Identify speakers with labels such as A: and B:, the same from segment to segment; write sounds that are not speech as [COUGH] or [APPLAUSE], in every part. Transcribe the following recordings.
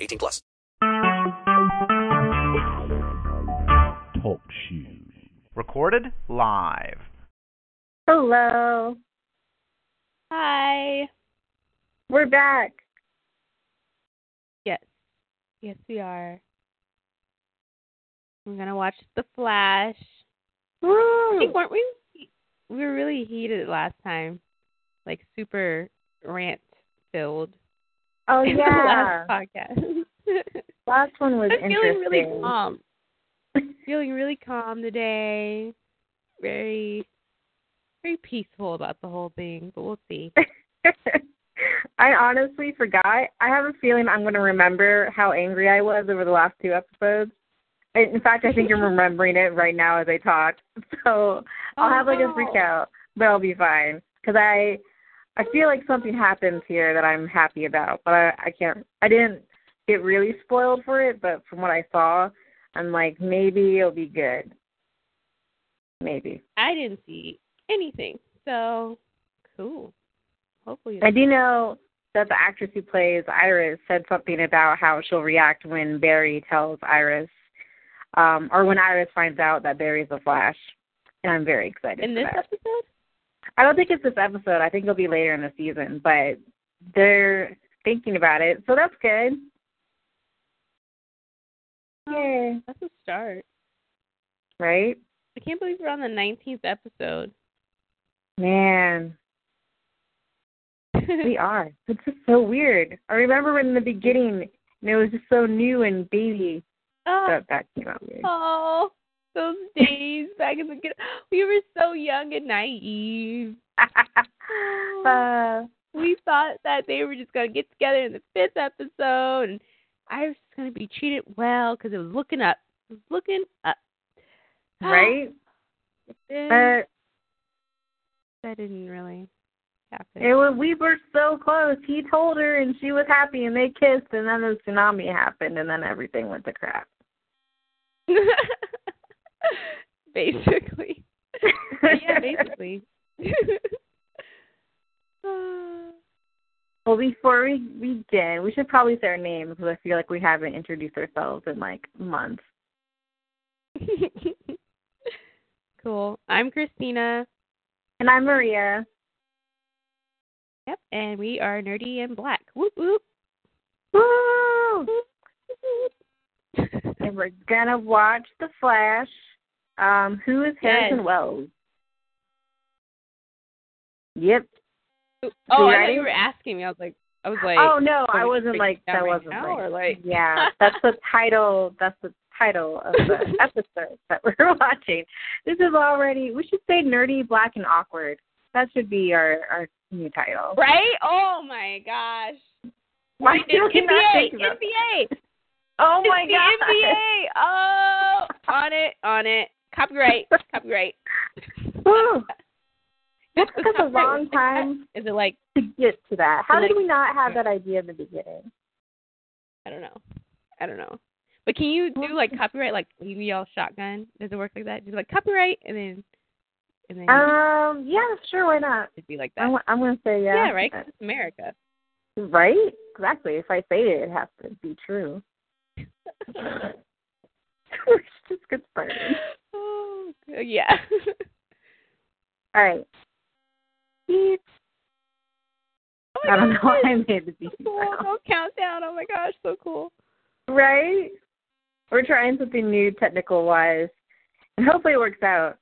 A: 18 plus.
B: Talk Shoes. Recorded live.
C: Hello.
D: Hi.
C: We're back.
D: Yes. Yes, we are. We're gonna watch The Flash. I think weren't we? We were really heated last time, like super rant filled.
C: Oh
D: in
C: yeah.
D: The [LAUGHS] last podcast.
C: Last one was
D: [LAUGHS] I'm feeling
C: interesting.
D: really calm.
C: [LAUGHS]
D: feeling really calm today. Very, very peaceful about the whole thing. But we'll see.
C: [LAUGHS] I honestly forgot. I have a feeling I'm going to remember how angry I was over the last two episodes. In fact, I think I'm remembering it right now as I talk. [LAUGHS] So I'll have like a freak out, but I'll be fine because I I feel like something happens here that I'm happy about, but I I can't. I didn't get really spoiled for it, but from what I saw, I'm like maybe it'll be good. Maybe.
D: I didn't see anything, so cool. Hopefully,
C: I do know that the actress who plays Iris said something about how she'll react when Barry tells Iris, um, or when Iris finds out that Barry's the Flash. And I'm very excited.
D: in
C: for
D: this
C: that.
D: episode.
C: I don't think it's this episode. I think it'll be later in the season, but they're thinking about it, so that's good. Yeah.
D: That's a start.
C: Right?
D: I can't believe we're on the 19th episode.
C: Man,
D: [LAUGHS]
C: we are. It's just so weird. I remember when in the beginning, and it was just so new and baby
D: oh, [LAUGHS]
C: that that came out weird.
D: oh, those days back in the good. We were so young and naive.
C: [LAUGHS] uh,
D: We thought that they were just going to get together in the fifth episode, and I was just going to be treated well because it was looking up. It was looking up.
C: [GASPS]
D: oh,
C: right?
D: Then
C: But
D: that didn't really happen.
C: it was, we were so close. He told her, and she was happy, and they kissed, and then the tsunami happened, and then everything went to crap.
D: [LAUGHS] basically. yeah, basically. Uh,
C: [LAUGHS] well, before we begin, we should probably say our name because I feel like we haven't introduced ourselves in like months.
D: [LAUGHS] cool. I'm Christina.
C: And I'm Maria.
D: Yep. And we are nerdy and black. Whoop whoop.
C: Woo! And we're gonna watch The Flash. Um, who is Harrison
D: Yes.
C: Wells? Yep.
D: oh, I thought
C: ready?
D: you were asking me. I was like, I was like,
C: oh no,
D: are
C: I
D: we
C: wasn't
D: freaking
C: like
D: out
C: that
D: right
C: wasn't
D: now,
C: right.
D: or, like-
C: [LAUGHS] yeah, that's the title. That's the title of
D: [LAUGHS]
C: the episode that we're [LAUGHS] watching. This is already. We should say nerdy, black, and awkward. That should be our our new title.
D: right? Oh my gosh.
C: [LAUGHS] Why
D: It's
C: did we not
D: NBA,
C: think about?
D: NBA.
C: Oh my
D: it's
C: god!
D: The NBA. Oh, on it, on it. Copyright, copyright.
C: [LAUGHS] Woo. That took us a
D: Copyright.
C: long time
D: Is it like
C: to get to that. How did
D: Like-
C: we not have that idea in the
D: [LAUGHS]
C: beginning?
D: I don't know, I don't know. But can you do like copyright, like you yell shotgun? Does it work like that? Just like copyright, and then and then
C: Um. Yeah. Sure. Why not?
D: it'd be like that.
C: I'm, I'm gonna say yeah.
D: yeah, right? 'Cause it's America.
C: Right? Exactly. If I say it, it has to be true. [LAUGHS] Let's just get started.
D: Oh, yeah. [LAUGHS] Oh
C: All right. Beep.
D: Oh my
C: I don't know
D: gosh,
C: why I made the beep.
D: So cool. No countdown. Oh my gosh, so cool.
C: Right? We're trying something new technical wise. And hopefully it works out.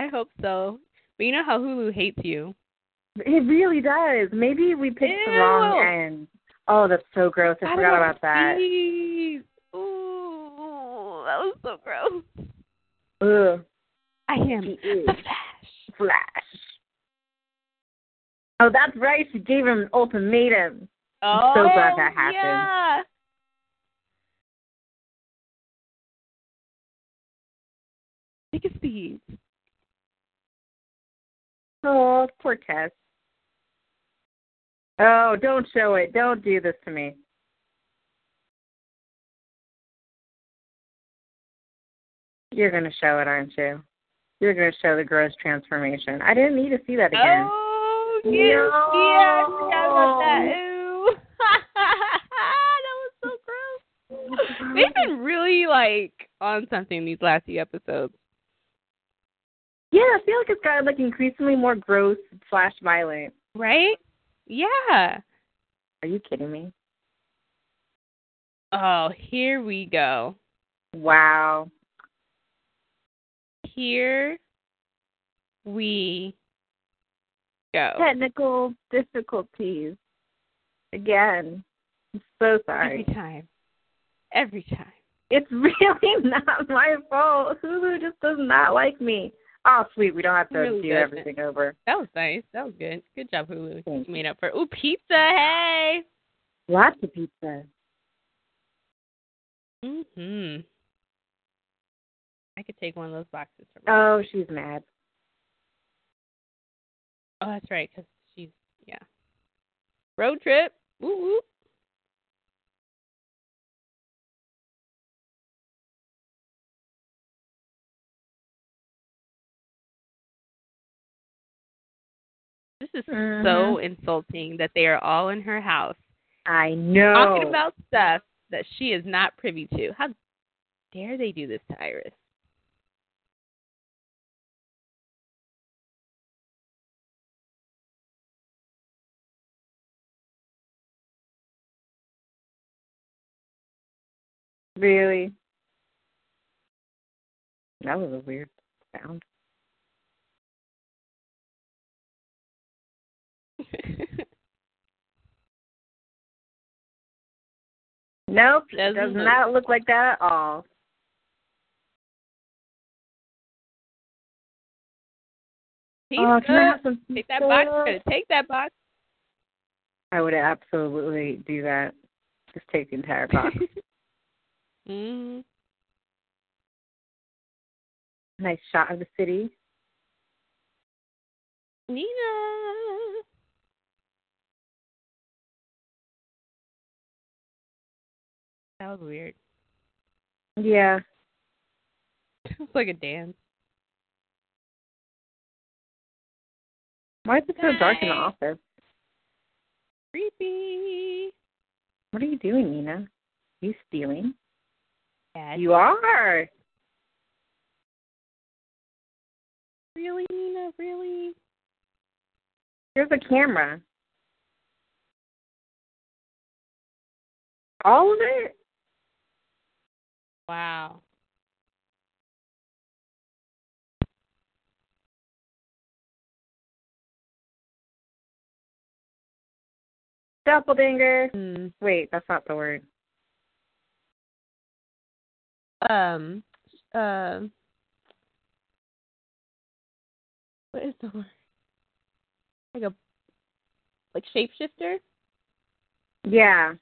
D: I hope so. But you know how Hulu hates you.
C: It really does. Maybe we picked the wrong
D: Ew.
C: end. Oh, that's so gross. I forgot about that.
D: Jeez. Ooh, that was so gross.
C: Ugh.
D: I am
C: Ew.
D: the Flash.
C: Flash. Oh, that's right. She gave him an ultimatum.
D: Oh,
C: so glad that happened.
D: Yeah. Take a seat.
C: Oh, poor Tess. Oh, don't show it. Don't do this to me. You're going to show it, aren't you? You're going to show the gross transformation. I didn't need to see that again.
D: Oh,
C: No.
D: yes, yeah, I forgot about that. Ooh. [LAUGHS] that was so
C: Oh,
D: gross. They've been really like on something these last few episodes.
C: Yeah, I feel like it's gotten like increasingly more gross slash violent.
D: Right? Yeah.
C: Are you kidding me?
D: Oh, here we go.
C: Wow.
D: Here we go.
C: Technical difficulties. Again. I'm so
D: Every
C: sorry.
D: time. Every time.
C: It's [LAUGHS] really not my fault. Hulu just does not like me. Oh, sweet. We don't have to
D: Really
C: do
D: doesn't.
C: everything over.
D: That was nice. That was good. Good job, Hulu.
C: Thank
D: You made up for Ooh, pizza, hey.
C: Lots of pizza.
D: Mhm. I could take one of those boxes from. her.
C: Oh, she's mad.
D: oh, that's right, because she's yeah. Road trip. Ooh, ooh. This is so
C: Mhm.
D: insulting that they are all in her house
C: I know.
D: talking about stuff that she is not privy to. How dare they do this to Iris? [LAUGHS]
C: really. That was a weird sound. Nope. It
D: Doesn't
C: does
D: look-
C: not look like that at all. Oh, can I
D: Pizza.
C: have some
D: Take that
C: pizza?
D: box. Gotta Take that box.
C: I would absolutely do that. Just take the entire
D: [LAUGHS]
C: box.
D: mm,
C: nice shot of the city.
D: Nina. That was weird. [LAUGHS]
C: Yeah.
D: It's like a dance.
C: Why is it so dark in the
D: Hey.
C: office?
D: Creepy.
C: What are you doing, Nina? You stealing?
D: Yes.
C: You are.
D: really, Nina? Really?
C: Here's a camera. All of it?
D: Wow.
C: Doppelganger. Wait, that's not the word.
D: Um. Um. What is the word? Like a like shapeshifter?
C: Yeah.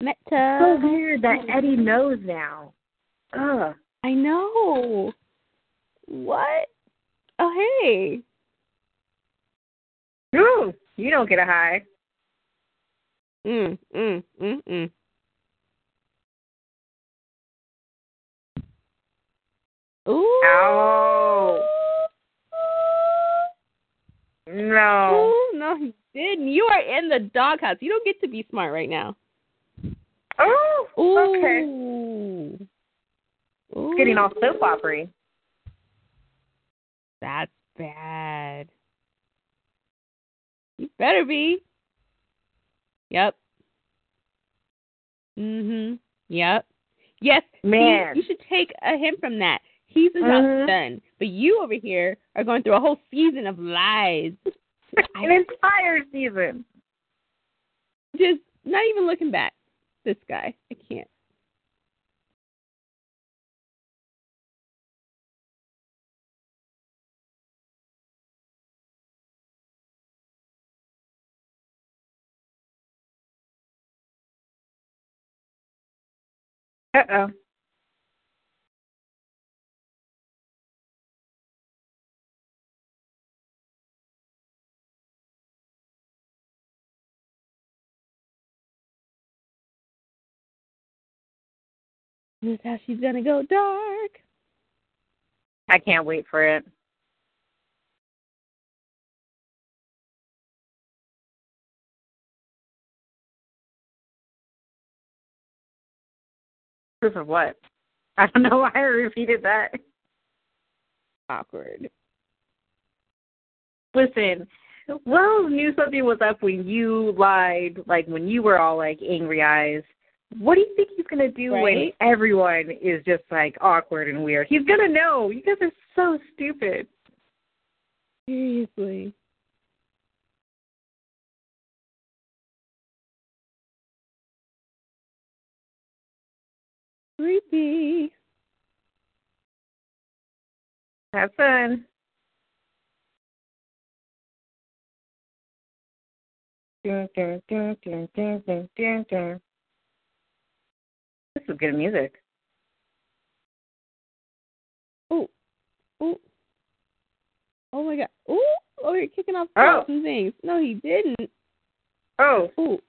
D: Meta.
C: So
D: [LAUGHS]
C: weird that Eddie knows now. Ugh.
D: I know. What? Oh, hey.
C: Ooh, you don't get a high.
D: Mm, mm, mm, mm. Ooh.
C: Ow. No.
D: Ooh, no, he didn't. You are in the doghouse. You don't get to be smart right now.
C: Oh,
D: Ooh.
C: okay.
D: Ooh.
C: Getting all soap opery.
D: That's bad. You better be. Yep. Mhm. Yep. Yes. see,
C: Man.
D: you should take a hint from that. He's about
C: Mhm.
D: done, but you over here are going through a whole season of lies.
C: [LAUGHS] An entire season.
D: Just not even looking back. This guy, I can't.
C: Uh oh.
D: This is how she's gonna go dark.
C: I can't wait for it. Proof of what? [LAUGHS] I don't know why I repeated that.
D: Awkward.
C: Listen, Will knew something was up when you lied, like when you were all like angry eyes. What do you think he's gonna do
D: Right?
C: when everyone is just like awkward and weird? He's gonna know. You guys are so stupid.
D: Seriously. Creepy.
C: Have fun. Dun, dun, dun, dun, dun, dun, dun, dun. This is good music.
D: Ooh. Oh my god. Ooh. Oh, you're kicking off
C: Oh.
D: some things. No, he didn't.
C: Oh,
D: Ooh.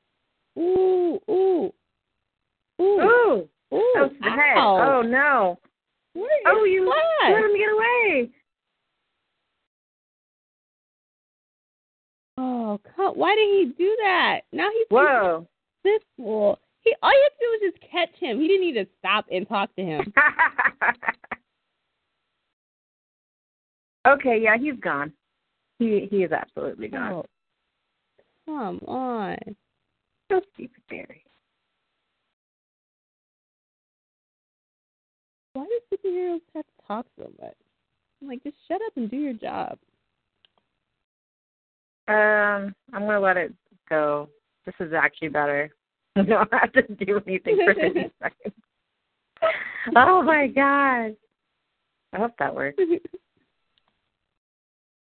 D: Ooh. Ooh.
C: ooh,
D: Ooh. Ooh.
C: oh, that was the head.
D: Ow.
C: Oh no!
D: What
C: Oh,
D: are
C: you
D: flash.
C: let him get away.
D: Oh, God. why did he do that? Now he's
C: Whoa! [LAUGHS]
D: this fool. He all you had to do was just catch him. He didn't need to stop and talk
C: [LAUGHS]
D: to him.
C: okay, yeah, he's gone. He he is absolutely gone.
D: Oh, come on.
C: So stupid, Barry.
D: Why do superheroes have to talk so much? I'm like, just shut up and do your job. [LAUGHS]
C: Um, I'm gonna let it go. This is actually better. [LAUGHS] I don't have to do anything for
D: [LAUGHS]
C: 50 seconds. Oh my god! I hope that works.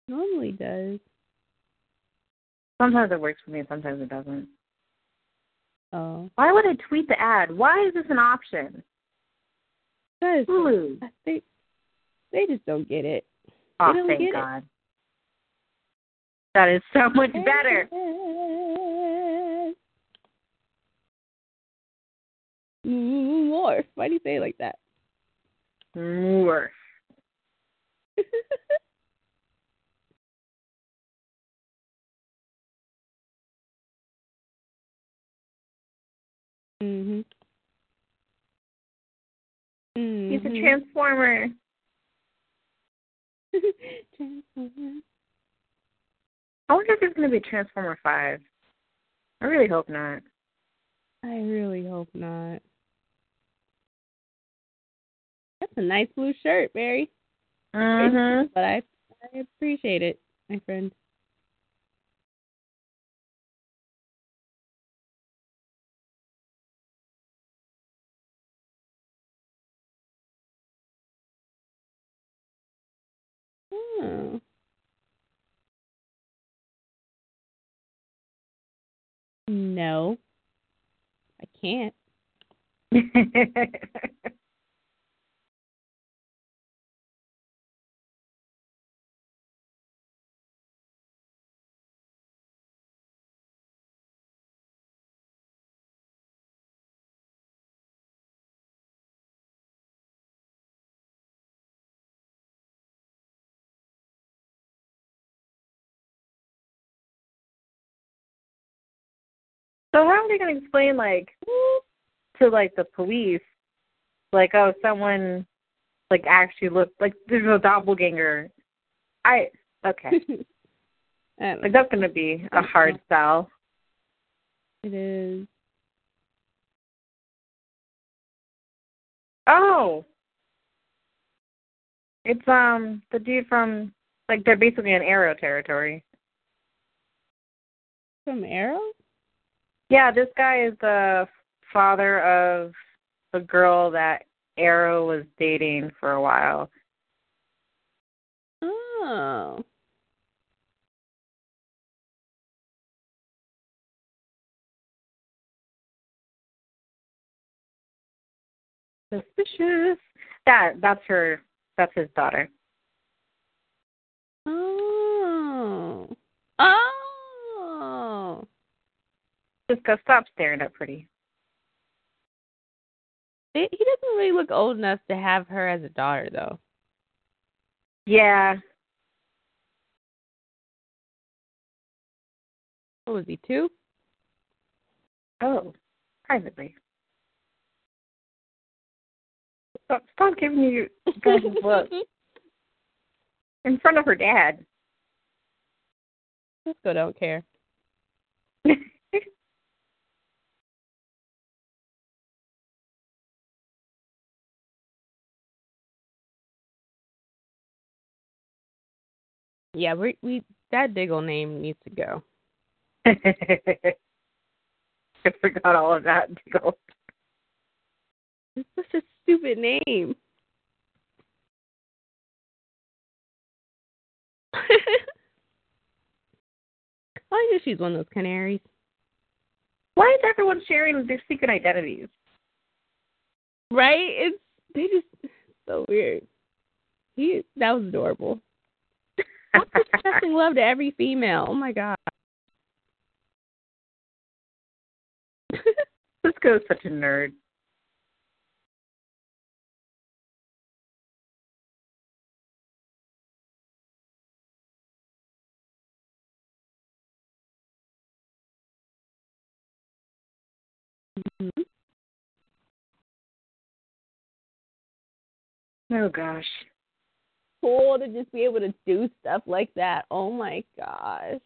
D: Normally does.
C: Sometimes it works for me, sometimes it doesn't.
D: Oh.
C: Why would I tweet the ad? Why is this an option?
D: Because
C: Hulu.
D: they they just don't get it.
C: Oh,
D: don't
C: thank
D: get it.
C: God. That is so much
D: [LAUGHS]
C: better.
D: Mm, Morph. Why do you say it like that? [LAUGHS]
C: More.
D: mm-hmm.
C: He's
D: Mm-hmm.
C: a transformer.
D: [LAUGHS] Transformer.
C: I wonder if there's going to be a Transformer 5. I really hope not.
D: I really hope not. That's a nice blue shirt, Barry.
C: Mm-hmm. [LAUGHS]
D: But I, I appreciate it, my friend. Oh. No, I can't.
C: so how are they going to explain, like, to, like, the police, like, oh, someone, like, actually looked, like, there's a doppelganger. I,
D: [LAUGHS]
C: okay.
D: I don't
C: Like,
D: know.
C: that's going to be a hard sell.
D: It is.
C: Oh. It's, um, the dude from, like, they're basically in Arrow territory.
D: From Arrow?
C: Yeah, this guy is the father of the girl that Arrow was dating for a while.
D: Oh.
C: suspicious. That that's her. That's his daughter.
D: Oh. Oh.
C: Just go stop staring at pretty.
D: He he doesn't really look old enough to have her as a daughter, though.
C: Yeah,
D: What was he, two?
C: Oh, privately. Stop, stop giving you guys looks
D: [LAUGHS]
C: in front of her dad. [LAUGHS]
D: Cisco don't care. [LAUGHS] Yeah, we we that Diggle name needs to go.
C: I forgot all of that. [LAUGHS] Diggle.
D: It's such a stupid name. [LAUGHS] I knew she's one of those canaries.
C: Why is everyone sharing their secret identities? [LAUGHS]
D: Right? It's they just so weird. He that was adorable. What's professing love to every female? Oh my god.
C: Cisco's such a nerd. Mm-hmm. Oh gosh.
D: cool to just be able to do stuff like that. Oh my gosh.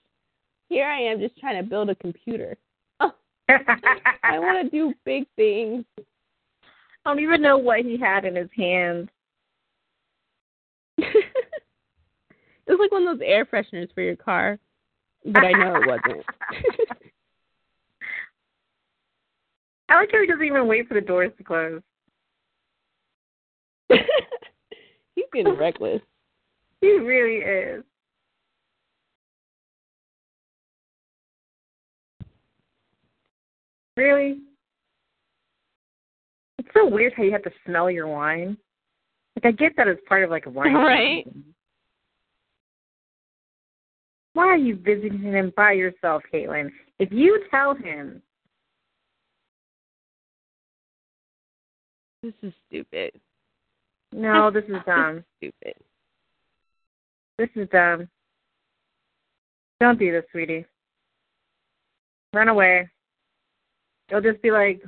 D: Here I am just trying to build a computer. I want to do big things.
C: [LAUGHS]
D: [LAUGHS]
C: I don't even know what he had in his hands.
D: it was like one of those air fresheners for your car, but I know it wasn't.
C: I like how he doesn't even wait for the doors to close.
D: [LAUGHS] He's getting reckless.
C: He really is. Really? It's so weird how you have to smell your wine. Like I get that as part of like a wine.
D: Right.
C: tasting. Why are you visiting him by yourself, Caitlin? If you tell him
D: This is stupid.
C: no, this is dumb.
D: Stupid.
C: This is dumb. Don't do this, sweetie. Run away. You'll just be like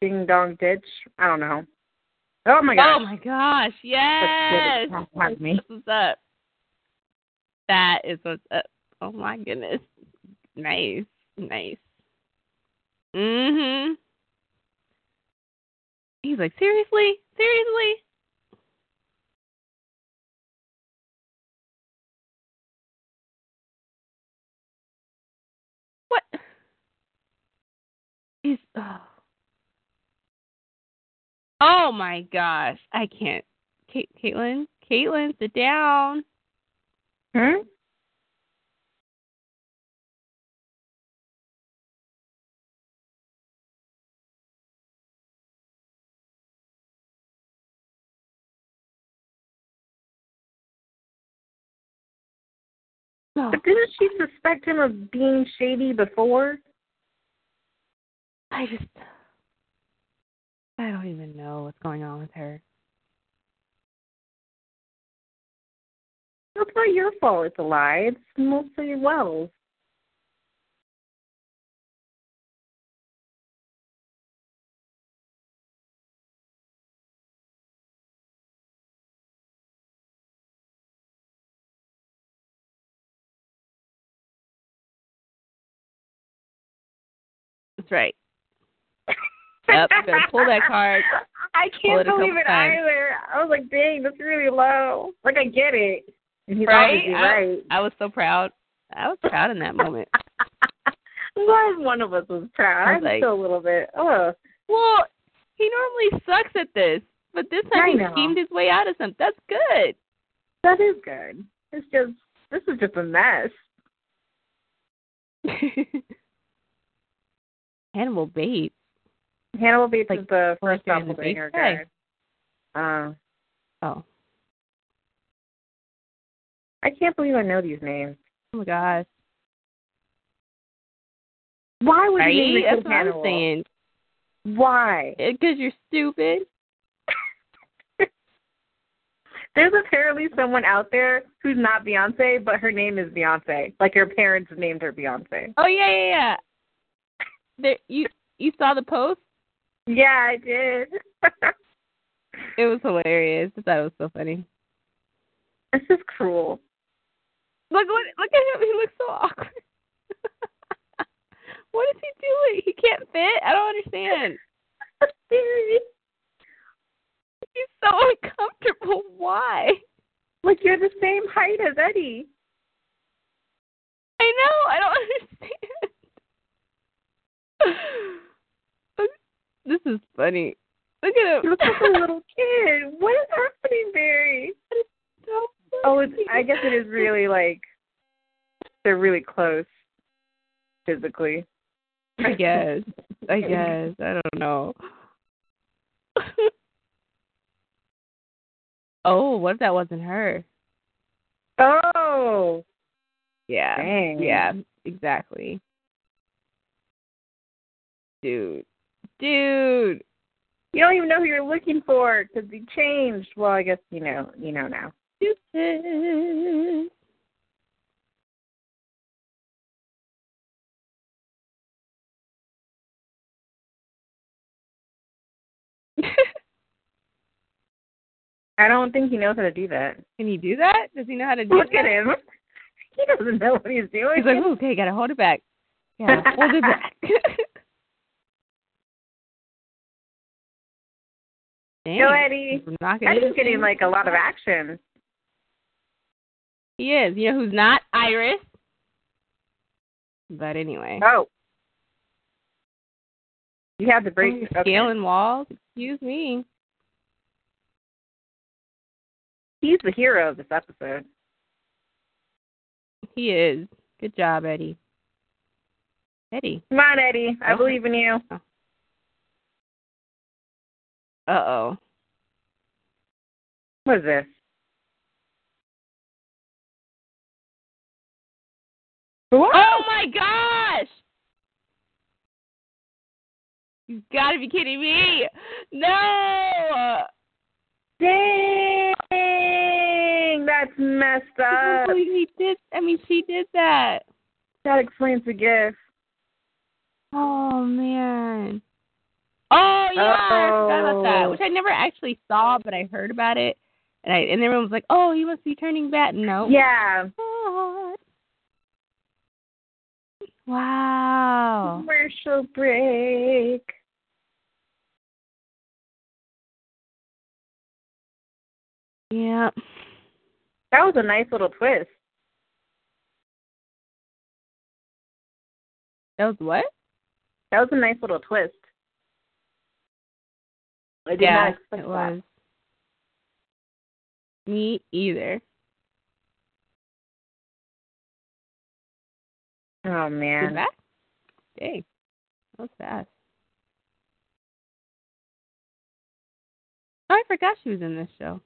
C: ding dong ditch. I don't know. Oh my
D: Oh
C: god.
D: my gosh! Yes.
C: Pardon me.
D: This is up. That is what's up. Oh my goodness. Nice. Nice. Mhm. He's like, seriously? Seriously? What? He's oh. oh my gosh. I can't. Kate, Caitlin, Caitlin, sit down.
C: Hmm?
D: Oh,
C: But didn't she suspect him of being shady before?
D: I just, I don't even know what's going on with her.
C: That's not your fault it's a lie. It's mostly Wells.
D: That's right. Yep, you better pull that card.
C: [LAUGHS] I
D: Pull
C: can't
D: it a couple
C: believe it
D: times.
C: either. I was like, dang, that's really low. Like I get it. And he's
D: Right?
C: obviously
D: I-
C: right.
D: I was so proud. I was proud in that moment.
C: [LAUGHS] I'm glad one of us was proud.
D: I
C: I'm
D: was like-
C: still a little bit. Oh,
D: [LAUGHS] Well, he normally sucks at this, but this
C: I
D: time he
C: know.
D: schemed his way out of something. That's good. [LAUGHS]
C: that is good. It's just this is just a mess.
D: Hannibal Bates.
C: Hannibal Beach
D: Like,
C: is the first
D: Doing the
C: doppelganger
D: beach?
C: guy. Um,
D: Oh,
C: I can't believe I know these names.
D: oh my gosh.
C: Why would
D: Right?
C: you name the
D: That's
C: kid
D: what I'm
C: Hannibal?
D: saying.
C: Why?
D: Because you're stupid.
C: There's apparently someone out there who's not Beyonce, but her name is Beyonce. Like her parents named her Beyonce.
D: Oh yeah, yeah, yeah. There, you you saw the post?
C: Yeah, I did. [LAUGHS]
D: It was hilarious. I thought it was so funny.
C: this is cruel.
D: Look, look, look at him. He looks so awkward. [LAUGHS] what is he doing? He can't fit. I don't understand. He's so uncomfortable. Why?
C: Like you're the same height as Eddie.
D: I know. I don't [LAUGHS] understand. [LAUGHS] Look, this is funny. Look at
C: He
D: him.
C: looks like
D: [LAUGHS]
C: a [LAUGHS] little kid. What is happening, Barry?
D: So
C: Oh, it's,
D: funny.
C: I guess it is really like they're really close physically.
D: [LAUGHS] I guess. I guess. I don't know. [LAUGHS] oh, what if that wasn't her?
C: [LAUGHS] Oh,
D: Yeah.
C: dang.
D: Yeah, exactly. Dude. Dude.
C: You don't even know who you're looking for because he changed. Well, I guess you know. You know now.
D: Stupid.
C: I don't think he knows how to do
D: [LAUGHS]
C: that.
D: Can he do that? Does he know how to do
C: Look
D: that?
C: at him. [LAUGHS] He doesn't know what he's doing.
D: He's like, "Ooh, okay, gotta hold it back. Yeah, hold it back. [LAUGHS] Dang,
C: Yo, Eddie.
D: he's knocking
C: Eddie's
D: it.
C: getting like a lot of action.
D: He is. You know who's not? Iris. But anyway.
C: Oh, you have to break.
D: Oh,
C: Okay.
D: Scaling walls. Excuse me.
C: He's the hero of this episode.
D: He is. Good job, Eddie. Eddie.
C: Come on, Eddie. I
D: Okay.
C: believe in you.
D: Uh oh.
C: What is this? What?
D: Oh my gosh! You've got to be kidding me! No!
C: Dang! That's messed
D: I [LAUGHS]
C: up.
D: can't believe he did. I mean, she did that.
C: That explains the gift.
D: Oh man. Oh yeah, I forgot about that.
C: Oh.
D: Which I never actually saw, but I heard about it, and I and everyone was like, "Oh, he must be turning back." No.
C: Yeah.
D: What? Wow.
C: Commercial break.
D: Yeah.
C: That was a nice little twist.
D: That was what?
C: That was a nice little twist. I did
D: yeah,
C: not expect
D: it was. Me either.
C: that. Oh
D: You're
C: man.
D: back? Dang. That was fast. Oh, I forgot she was in this show.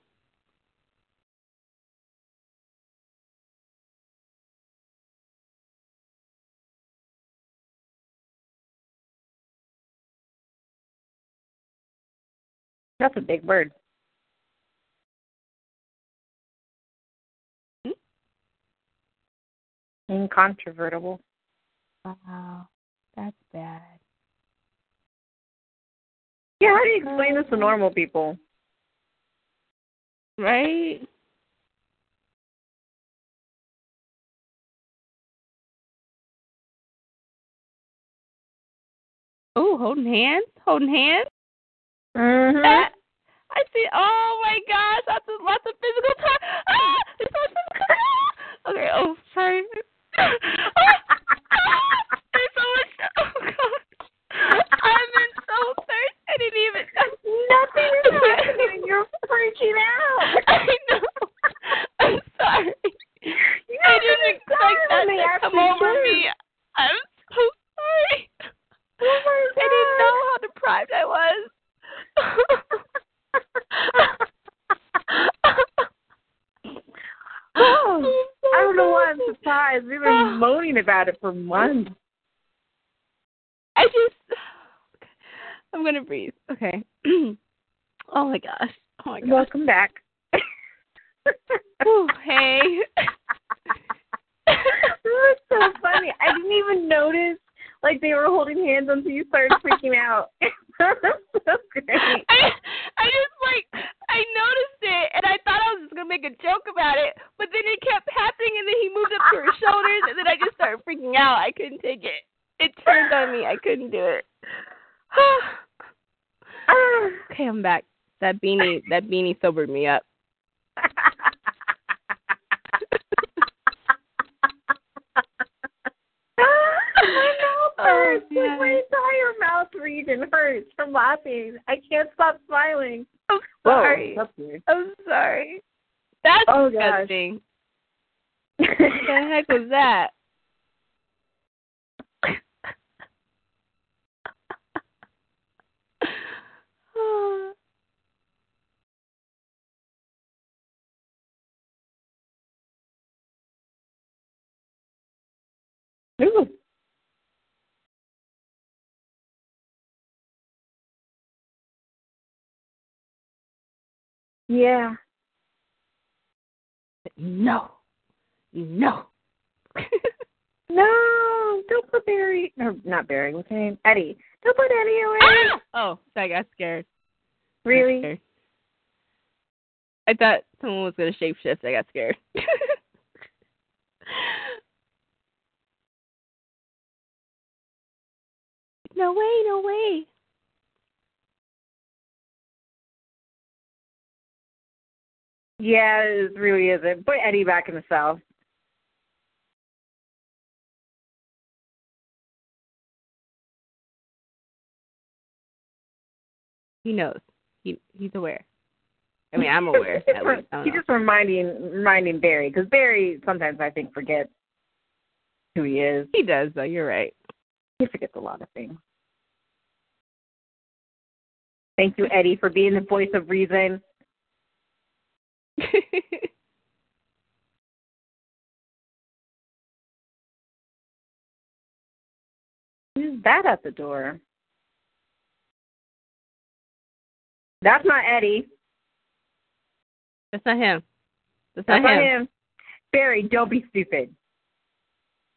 C: That's a big word.
D: Hmm?
C: Incontrovertible.
D: Wow. That's bad.
C: Yeah, how do you explain
D: Uh,
C: this to normal people?
D: Right? Oh, holding hands? Holding hands?
C: Mm-hmm.
D: [LAUGHS] I see. Oh my gosh, lots of lots of physical touch. Ah, there's so much physical touch. Okay. Oh, sorry. [LAUGHS] Ah, ah, there's so much. Oh god. I've been so thirsty. I didn't even.
C: Nothing is happening. [LAUGHS] You're freaking out.
D: [LAUGHS] I know. I'm sorry.
C: You don't
D: I
C: [LAUGHS]
D: didn't
C: even
D: expect
C: die
D: that
C: when they
D: to
C: actually
D: come over
C: do.
D: me. I'm so sorry.
C: Oh my
D: I didn't know [LAUGHS]
C: God.
D: how deprived I
C: [LAUGHS] Oh,
D: [LAUGHS]
C: guys. We've been moaning about it for months.
E: I just, I'm gonna breathe.
D: [CLEARS THROAT]
E: Okay. oh my gosh. Oh my gosh.
C: Welcome [LAUGHS] back.
E: Ooh, hey.
D: [LAUGHS]
C: It was so funny. I didn't even notice like they were holding hands until you started freaking out. [LAUGHS] It was so [LAUGHS] great.
D: [LAUGHS]
E: I, I just like I noticed it and I thought I was just gonna make a joke about it, but then it kept happening and then he moved up to her shoulders and then I just started freaking out. I couldn't take it. It turned on me. I couldn't do it. [SIGHS]
C: Oh, [LAUGHS]
E: okay, I'm back.
D: That beanie, that beanie sobered
E: [LAUGHS]
D: me up.
C: My mouth
E: Oh,
C: hurts. Like,
E: man.
C: my entire mouth region hurts from laughing. I can't stop smiling.
E: I'm
C: Whoa,
E: sorry.
C: that's [LAUGHS] weird.
E: I'm sorry. That's
C: Oh, gosh.
E: disgusting. What the heck was that?
C: Ooh. Yeah.
D: No, no.
C: No, don't put Barry. No, not Barry. What's her name? Eddie. Don't put Eddie away.
D: [LAUGHS] Oh, I got scared.
C: Really?
D: Scared. I thought someone was gonna shapeshift. I got scared. [LAUGHS] no way! No way!
C: Yeah, it really isn't. Put Eddie back in the cell.
D: He knows. He he's aware. I
C: [LAUGHS]
D: mean, I'm aware. At least. I don't
C: He's
D: know.
C: just reminding reminding Barry because Barry sometimes I think forgets who he is.
D: He does, though. You're right. [LAUGHS]
C: He forgets a lot of things. Thank you, Eddie, for being the voice of reason. Who's that at the door? That's not Eddie.
D: That's not him. That's not
C: That's not
D: him.
C: him. Barry, don't be stupid.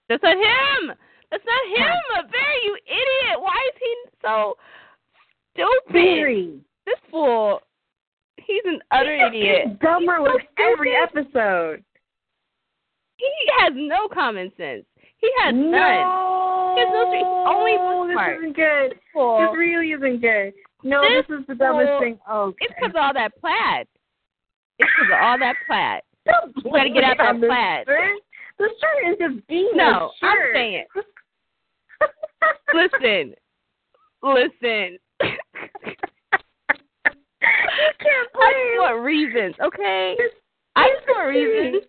D: That's not him.
E: That's not him, Barry, you idiot. Why is he so stupid?
C: Barry.
E: This fool. He's an utter idiot.
C: Dumber
E: He's so
C: with every
E: stupid.
C: episode.
D: He has no common sense. He has
C: no.
D: none. He has no sense. Only
C: No,
D: one
C: this
D: part.
C: isn't good.
D: Fool.
C: This really isn't good. No,
D: This
C: this, is the dumbest
D: fool-
C: thing. Oh, okay.
D: It's because of all that plaid. It's because of all that plaid.
C: Don't
D: You gotta get
C: blame
D: out that
C: it on this
D: plaid.
C: shirt. This shirt is just being
D: No,
C: a
D: I'm
C: shirt. [LAUGHS]
D: saying it. Listen, listen. [LAUGHS]
C: you can't
D: I
C: blame.
D: for reasons, okay?
C: This-
D: I
C: this
D: for
C: is being [LAUGHS]
D: reasons.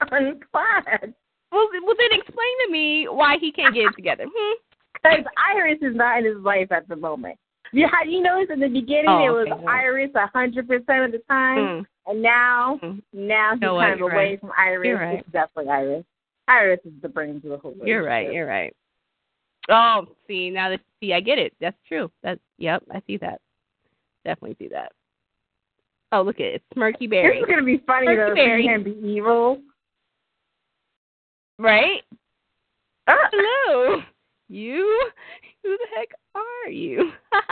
C: Unplaid.
D: Well, well, then explain to me why he can't get it together.
C: [LAUGHS]
D: Hmm?
C: Because Iris is not in his life at the moment. You had you noticed in the beginning
D: Oh,
C: it was
D: okay.
C: Iris a hundred percent of the time,
D: Mm.
C: and now
D: Mm.
C: now he's
D: know what,
C: kind of
D: you're
C: away
D: right.
C: from Iris.
D: You're right.
C: It's definitely Iris. Iris is the brains of the whole.
D: You're right.
C: relationship.
D: You're right. Oh, see now that see, I get it. That's true. That's yep. I see that. Definitely see that. Oh, look at it, Smirky Berry,
C: [LAUGHS] This is gonna be funny
D: Perky
C: though.
D: Berry.
C: Can be evil.
D: right?
C: Ah, [LAUGHS]
D: Hello, you. Who the heck are you? [LAUGHS]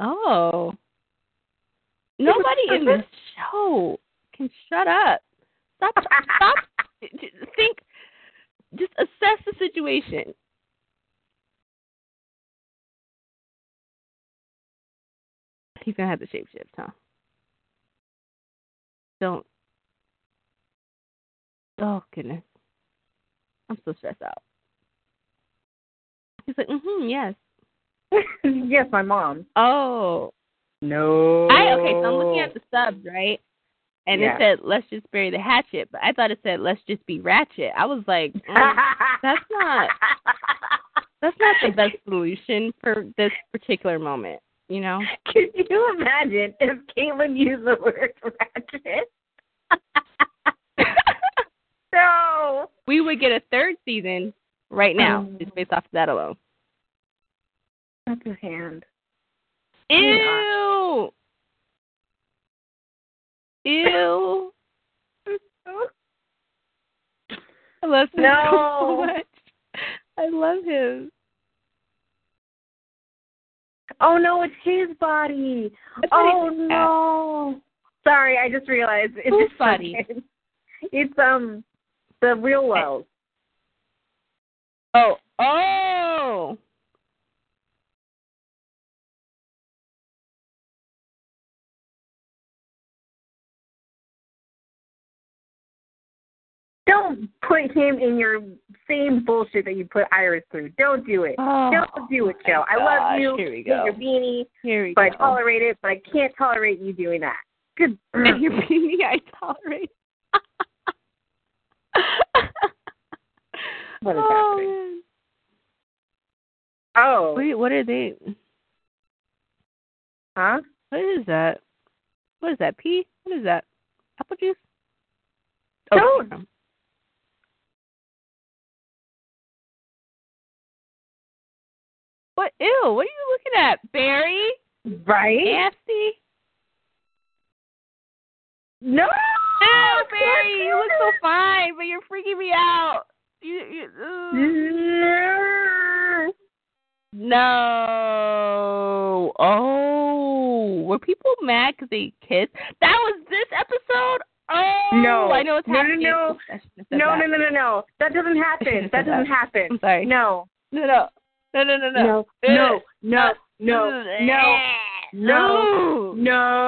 D: oh, nobody in this show can shut up. Stop. Stop. j- Think. Just assess the situation. He's gonna have to shapeshift, huh? Don't. Oh goodness. I'm so stressed out. He's like, mm-hmm, yes.
C: yes, my mom.
D: Oh.
C: No.
D: I okay, so I'm
C: [LAUGHS]
D: looking at the subs, right? And
C: Yeah.
D: it said, let's just bury the hatchet. But I thought it said, let's just be ratchet. I was like,
C: [LAUGHS]
D: mm, that's not that's not the best solution for this particular moment, you know?
C: [LAUGHS] Could you imagine if Caitlin used the word ratchet? no.
D: we would get a third season right now,
C: Oh.
D: just based off of that alone.
C: That's a hand. Oh
D: Ew. Ew.
C: [LAUGHS]
D: I love him so
C: No.
D: much. I love him.
C: Oh no, it's his body.
D: That's
C: Oh
D: what he-
C: no. Sorry, I just realized it's
D: Whose body?
C: It's um the real world.
D: Oh. Oh.
C: Don't put him in your same bullshit that you put Iris through. Don't do it.
D: oh.
C: Don't do it, Joe. I love
D: gosh,
C: you.
D: here we
C: Get
D: go.
C: Your beanie,
D: Here we
C: but I
D: go.
C: tolerate it. But I can't tolerate you doing that.
D: [CLEARS THROAT]
C: Good.
D: And your [LAUGHS] beanie I tolerate.
C: What is
D: oh,
C: happening?
D: man.
C: Oh,
D: Wait, what are they?
C: huh?
D: What is that? What is that? Pea? What is that? Apple juice? Oh,
C: Don't.
D: What? Ew! What are you looking at, Barry?
C: Right?
D: Nasty.
C: No. Oh,
D: No, Barry, you look so fine, but you're freaking me out. You, you, ugh.
C: No.
D: no. Oh, were people mad because they kissed? That was this episode. Oh,
C: No.
D: I know it's
C: No, no,
D: happening.
C: no.
D: I shouldn't have said
C: No,
D: that.
C: no, no, no, no. That doesn't happen. That
D: [LAUGHS]
C: doesn't happen.
D: I'm sorry.
C: No.
D: no, no, no, no, no, no.
C: No. No. No. No. No. No.
D: No. [LAUGHS]
C: No.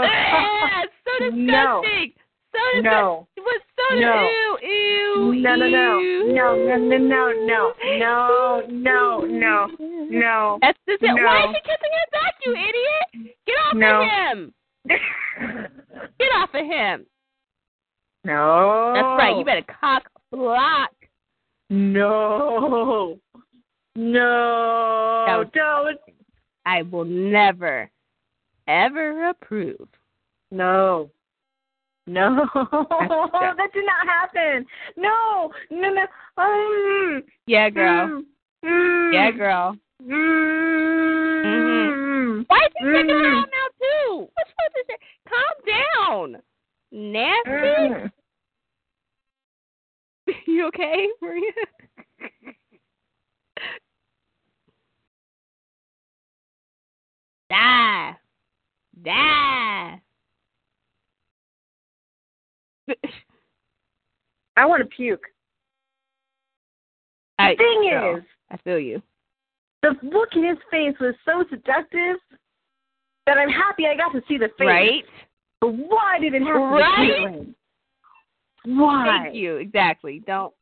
D: Ah, so disgusting.
C: No.
D: So disgusting.
C: No.
D: It was so
C: No.
D: ew, ew,
C: No, no, no.
D: ew.
C: No, no, no, no, no. No, no, no. No.
D: That's this.
C: No.
D: Why is he kissing his back, you idiot? Get off
C: No.
D: of him. Get off of him.
C: No.
D: That's right. You better cock block.
C: No. No.
D: was-
C: Don't.
D: I will never, ever approve.
C: No. No.
D: yeah.
C: that did not happen. No. No, no. Um,
D: Yeah, girl.
C: Mm.
D: Yeah, girl. Mm-hmm.
C: Mm.
D: Why is he checking her
C: Mm.
D: out now too? What's with this? Calm down. Nasty.
C: Mm.
D: [LAUGHS] You okay, Maria? Die. Die.
C: I want to puke.
D: I,
C: Thing
D: girl,
C: is,
D: I feel you.
C: the look in his face was so seductive that I'm happy I got to see the face.
D: Right?
C: But why did it have
D: Right?
C: to be Caitlyn? Why?
D: Thank you. Exactly. Don't.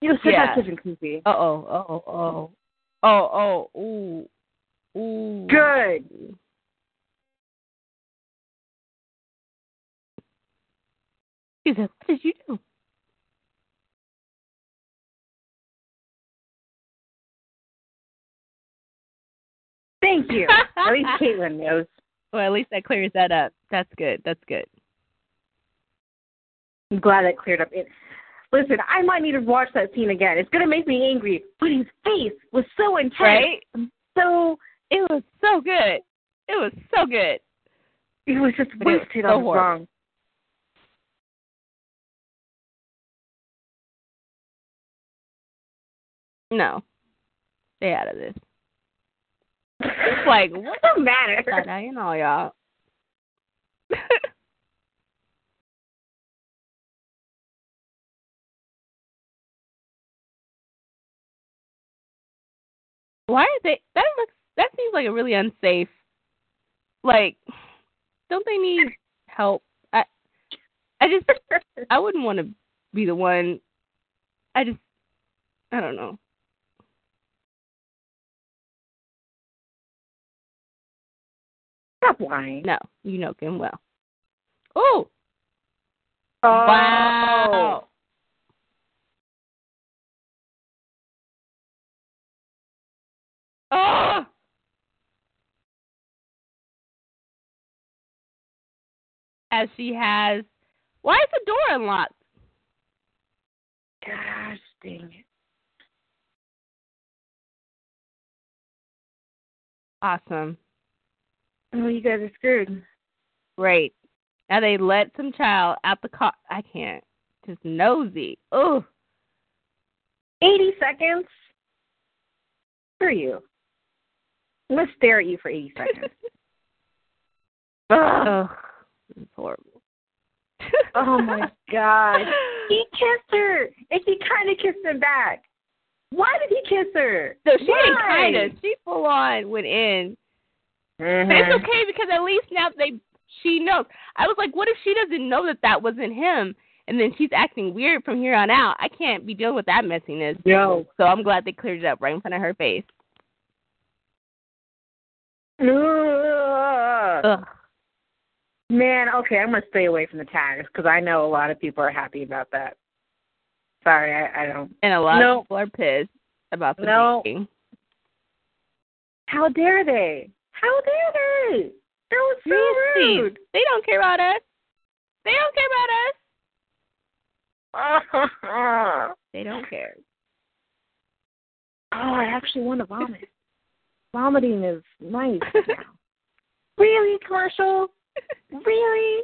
C: You said
D: Yeah.
C: that's different, creepy.
D: Uh oh. Uh oh. Oh. Oh. Oh. Ooh. Ooh.
C: Good.
D: She's like, what did you do?
C: Thank you. At
D: [LAUGHS]
C: least Caitlin knows.
D: well, at least that clears that up. That's good. That's good.
C: I'm glad that cleared up. It. Listen, I might need to watch that scene again. It's gonna make me angry. But his face was so intense,
D: Right?
C: so
D: It was so good. It was so good.
C: it was just
D: But it was
C: wasted
D: so
C: on the
D: horrible.
C: wrong.
D: No. Stay out of this. It's like, what
C: [LAUGHS] What's the matter?
D: the hell, you know, y'all. [LAUGHS] Why are they that looks that seems like a really unsafe like don't they need help? I I just I wouldn't want to be the one I just I don't know.
C: Stop lying.
D: No, you know him well. Oh,
C: Oh.
D: [LAUGHS] wow. Oh. As she has, why is the door unlocked?
C: Oh, Gosh. Dang it.
D: Awesome.
C: Oh, you guys are screwed.
D: Great. Now they let some child out the car. I can't. Just nosy. Ugh.
C: 80 seconds? Screw you. I'm going to stare at you for 80 seconds. Ugh.
D: [LAUGHS] Ugh. It's horrible.
C: Oh
D: [LAUGHS]
C: my god. He kissed her and she kind of kissed him back. Why did he kiss her?
D: So she
C: Why?
D: ain't kind of. She full on went in. But
C: Uh-huh.
D: It's okay because at least now they she knows. I was like, what if she doesn't know that that wasn't him? And then she's acting weird from here on out. I can't be dealing with that messiness.
C: Yo.
D: So I'm glad they cleared it up right in front of her face.
C: Ugh.
D: Ugh.
C: Man, okay, I'm gonna stay away from the tags because I know a lot of people are happy about that. Sorry, I, I don't.
D: And a lot
C: No.
D: of people are pissed about the
C: No.
D: beating.
C: How dare they? How dare they? That was so
D: Really?
C: rude.
D: They don't care about us. They don't care about us.
C: [LAUGHS] oh,
D: They don't care.
C: I actually want to [LAUGHS] vomit. Vomiting is [LAUGHS] nice. Really, commercial? Really?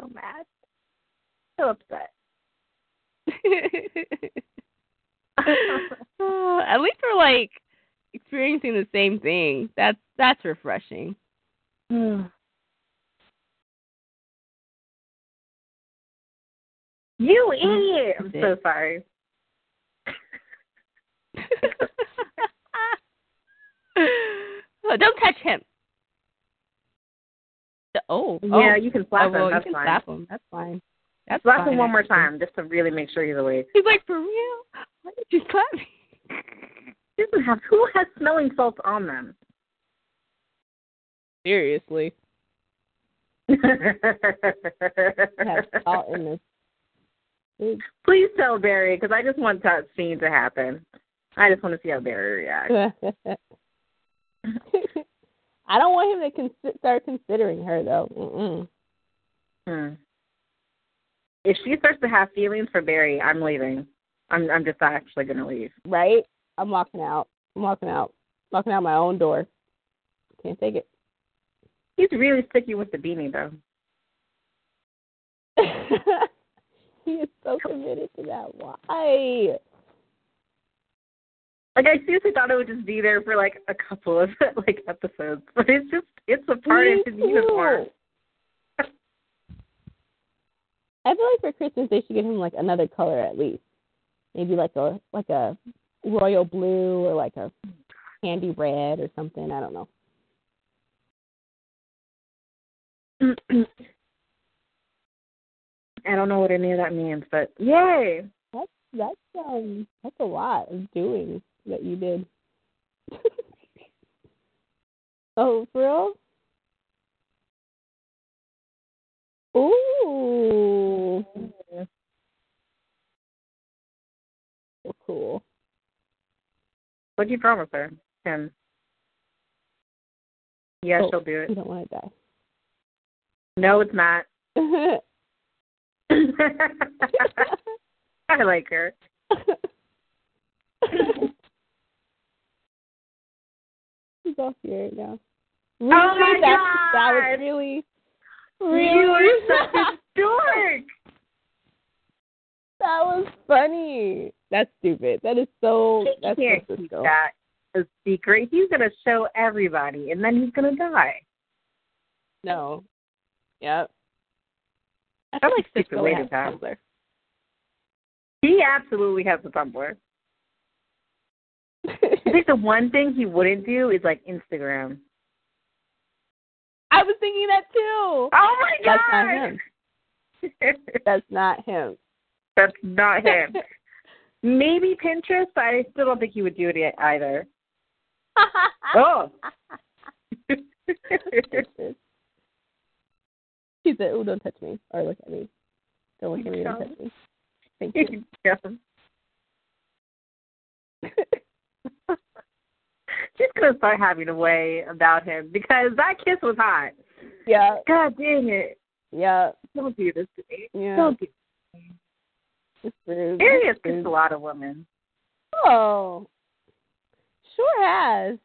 C: So mad. So [LAUGHS] upset.
D: Oh, [LAUGHS] At least we're like experiencing the same thing. That's that's refreshing.
C: Hmm. you idiot! Mm-hmm. I'm
D: That's
C: so sorry.
D: [LAUGHS] Oh, don't touch him. The- Oh, oh.
C: Yeah, you can slap
D: oh,
C: him.
D: well, you
C: That's
D: can
C: fine.
D: slap him. That's fine. That's
C: slap him
D: fine,
C: one more
D: actually.
C: time just to really make sure he's awake.
D: He's like, for real? Why did you slap me?
C: He doesn't have. Who has smelling salts on them? [LAUGHS]
D: Seriously, in this. [LAUGHS]
C: Please tell Barry because I just want that scene to happen. I just want to see how Barry reacts.
D: I don't want him to consi- start considering her though. Mm-mm.
C: Hmm. If she starts to have feelings for Barry, I'm leaving. I'm I'm just actually gonna leave.
D: Right? I'm walking out. I'm walking out. Walking out my own door. Can't take it.
C: He's really sticky with the beanie though.
D: [LAUGHS] he is so committed to that. Why?
C: Like I seriously thought it would just be there for like a couple of [LAUGHS] like episodes, but it's just it's a part
D: Me
C: of his
D: too.
C: uniform.
D: [LAUGHS] I feel like for Christmas they should give him like another color at least. Maybe like a like a royal blue or like a candy red or something. I don't know.
C: [CLEARS THROAT] I don't know what any of that means, but yay!
D: That's that's um that's a lot of doing that you did. [LAUGHS] oh, for real? Ooh, so cool.
C: What'd you promise her? Him. Yeah,
D: Oh.
C: she'll do
D: You
C: it.
D: don't want to die.
C: No, it's not. [LAUGHS]
D: [LAUGHS]
C: I like her.
D: She's off here right now. Really?
C: Oh my
D: that, That was
C: God.
D: really,
C: You are
D: really.
C: such a
D: [LAUGHS]
C: dork.
D: that was funny. That's stupid. That is so.
C: He
D: that's
C: can't
D: so
C: keep
D: stupid.
C: that a secret. He's gonna show everybody, and then he's gonna die.
D: No. Yep. I
C: That's
D: feel like
C: a stupid
D: Cisco
C: way
D: would
C: to die.
D: have Tumblr. [LAUGHS]
C: He absolutely has a Tumblr. I think the one thing he wouldn't do is like Instagram.
D: I was thinking that too.
C: Oh my
D: That's not
C: god!
D: him. That's not him.
C: [LAUGHS] That's not him.
D: [LAUGHS]
C: Maybe Pinterest, but I still don't think he would do it e-, either. Oh. [LAUGHS]
D: she said, "Oh, don't touch me," or "Look at me." Don't look at me. Don't touch me. Thank
C: [LAUGHS]
D: you.
C: She's gonna start having a way about him because that kiss was hot.
D: Yeah.
C: God dang it!
D: Yeah.
C: Don't do this to me.
D: Yeah.
C: Don't do.
D: sisters.
C: Arius kissed a lot of women.
D: Oh, sure has.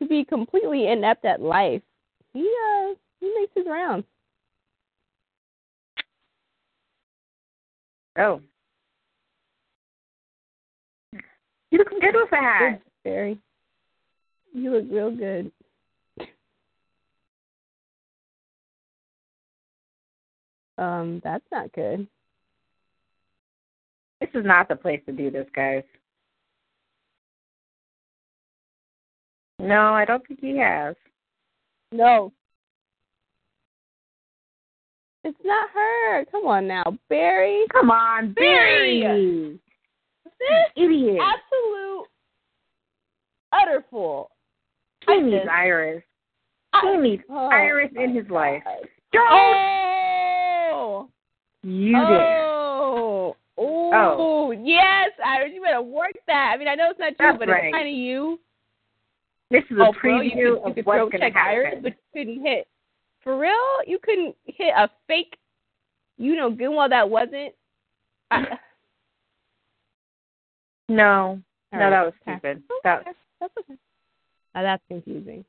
D: To be completely inept at life, he uh he makes his rounds.
C: Oh. You look good with a hat.
D: Good, Barry. You look real good. Um, that's not good.
C: This is not the place to do this, guys. No, I don't think he has.
D: No. It's not her. Come on now, Barry.
C: Come on,
D: Barry!
C: Barry.
D: This
C: Idiot.
D: absolute utter fool.
C: He needs Iris. He needs
D: Oh,
C: Iris in
D: my
C: his life.
D: God.
C: Don't
D: Oh.
C: you dare.
D: oh. Oh. Yes, Iris, you better work that. I mean, I know it's not you,
C: That's
D: but
C: right.
D: it's kind of you.
C: This is a
D: oh, bro, you
C: preview
D: could, you
C: of
D: could
C: what's
D: throw
C: going to
D: check
C: happen.
D: Iris, but you couldn't hit. For real, you couldn't hit a fake. You know, good well that wasn't. I-
C: No,
D: [LAUGHS] All
C: no,
D: right.
C: that was
D: Okay. Oh,
C: stupid.
D: [LAUGHS]
C: That
D: Okay, that's okay. Now that's confusing.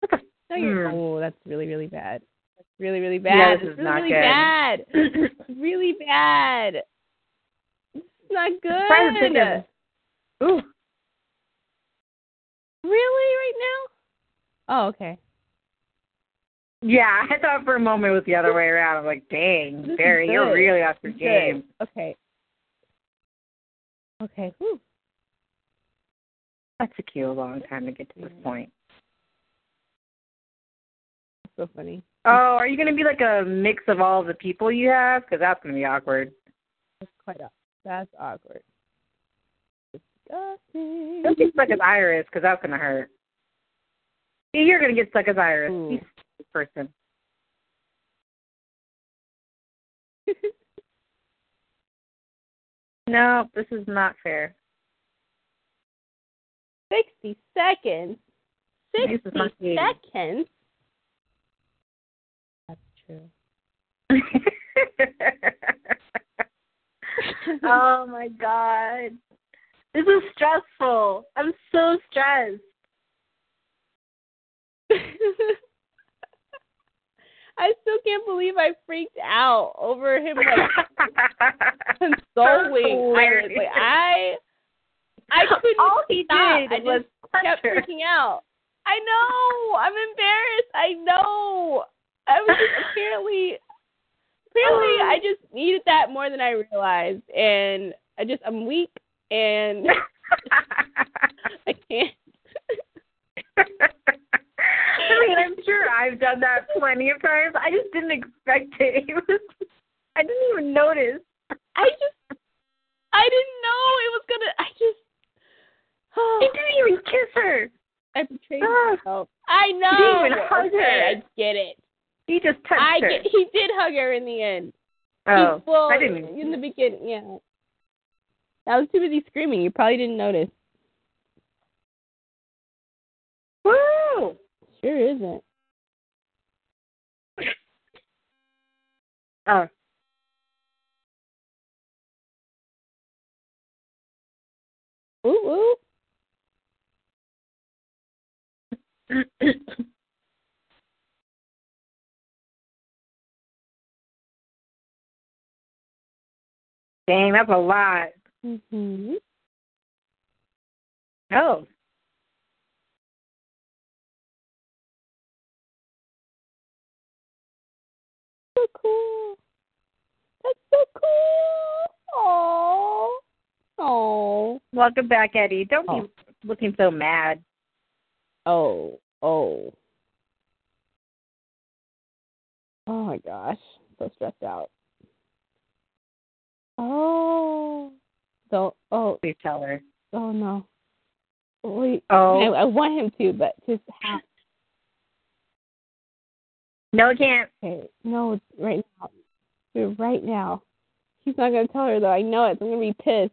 C: What the-
D: No, you're-
C: Hmm.
D: Oh, that's really, really bad. That's really, really bad.
C: Yeah, this is
D: is
C: not
D: really
C: good.
D: bad. really bad. This is not
C: Try to think
D: good.
C: of- ooh,
D: Really, right now? Oh, okay.
C: yeah. I thought for a moment it was the other way around. I'm like, dang,
D: This is
C: Barry, you're
D: good.
C: really off your
D: Good.
C: game.
D: Okay. Okay. whew.
C: That took you a long time to get to this point.
D: That's so funny.
C: Oh, are you going to be like a mix of all the people you have? Because that's going to be awkward.
D: That's quite awkward. That's awkward. Disgusting.
C: Don't get stuck as Iris, because that's going to hurt. Yeah, You're going to get stuck as Iris.
D: Ooh.
C: You stupid person. [LAUGHS] No, this is not fair. [LAUGHS]
D: 60 seconds.
C: This
D: 60
C: is not fair.
D: seconds? That's true.
C: oh my god. This is stressful. I'm so stressed.
D: [LAUGHS] I still can't believe I freaked out over him like
C: [LAUGHS]
D: consoling Iris.
C: Hilarious.
D: Like I [LAUGHS]
C: [LAUGHS]
D: I couldn't
C: All he
D: stop.
C: did
D: I just
C: was
D: kept
C: pressure.
D: freaking out. I know. I'm embarrassed. I know. I was just apparently apparently
C: Um.
D: I just needed that more than I realized and I just I'm weak and [LAUGHS]
C: [LAUGHS]
D: I can't
C: I mean, I'm sure I've done that plenty of times. I just didn't expect it. [LAUGHS] It was I didn't even notice.
D: I just I didn't know it was gonna I just [SIGHS]
C: He didn't even kiss her.
D: I betrayed
C: Ah.
D: myself. I know.
C: He even hugged her.
D: Okay, I get it.
C: He just touched
D: I
C: her.
D: get, he did hug her in the end.
C: oh,
D: he, well,
C: I didn't.
D: in the beginning, yeah. I was too busy screaming. You probably didn't notice.
C: Woo!
D: Sure isn't.
C: Oh.
D: Ooh, ooh.
C: Dang, that's a lot.
D: Mm-hmm.
C: Oh.
D: So cool. That's so cool. Oh. Oh.
C: Welcome back, Eddie. Don't
D: Oh.
C: be looking so mad.
D: Oh, oh. Oh my gosh, so stressed out. Oh, so oh
C: Please tell her.
D: oh no. Wait, I,
C: Oh.
D: I want him to, but just how?
C: No, I can't. [LAUGHS]
D: Okay, no, it's right now, Dude, right now. He's not gonna tell her though. I know it. I'm gonna be pissed.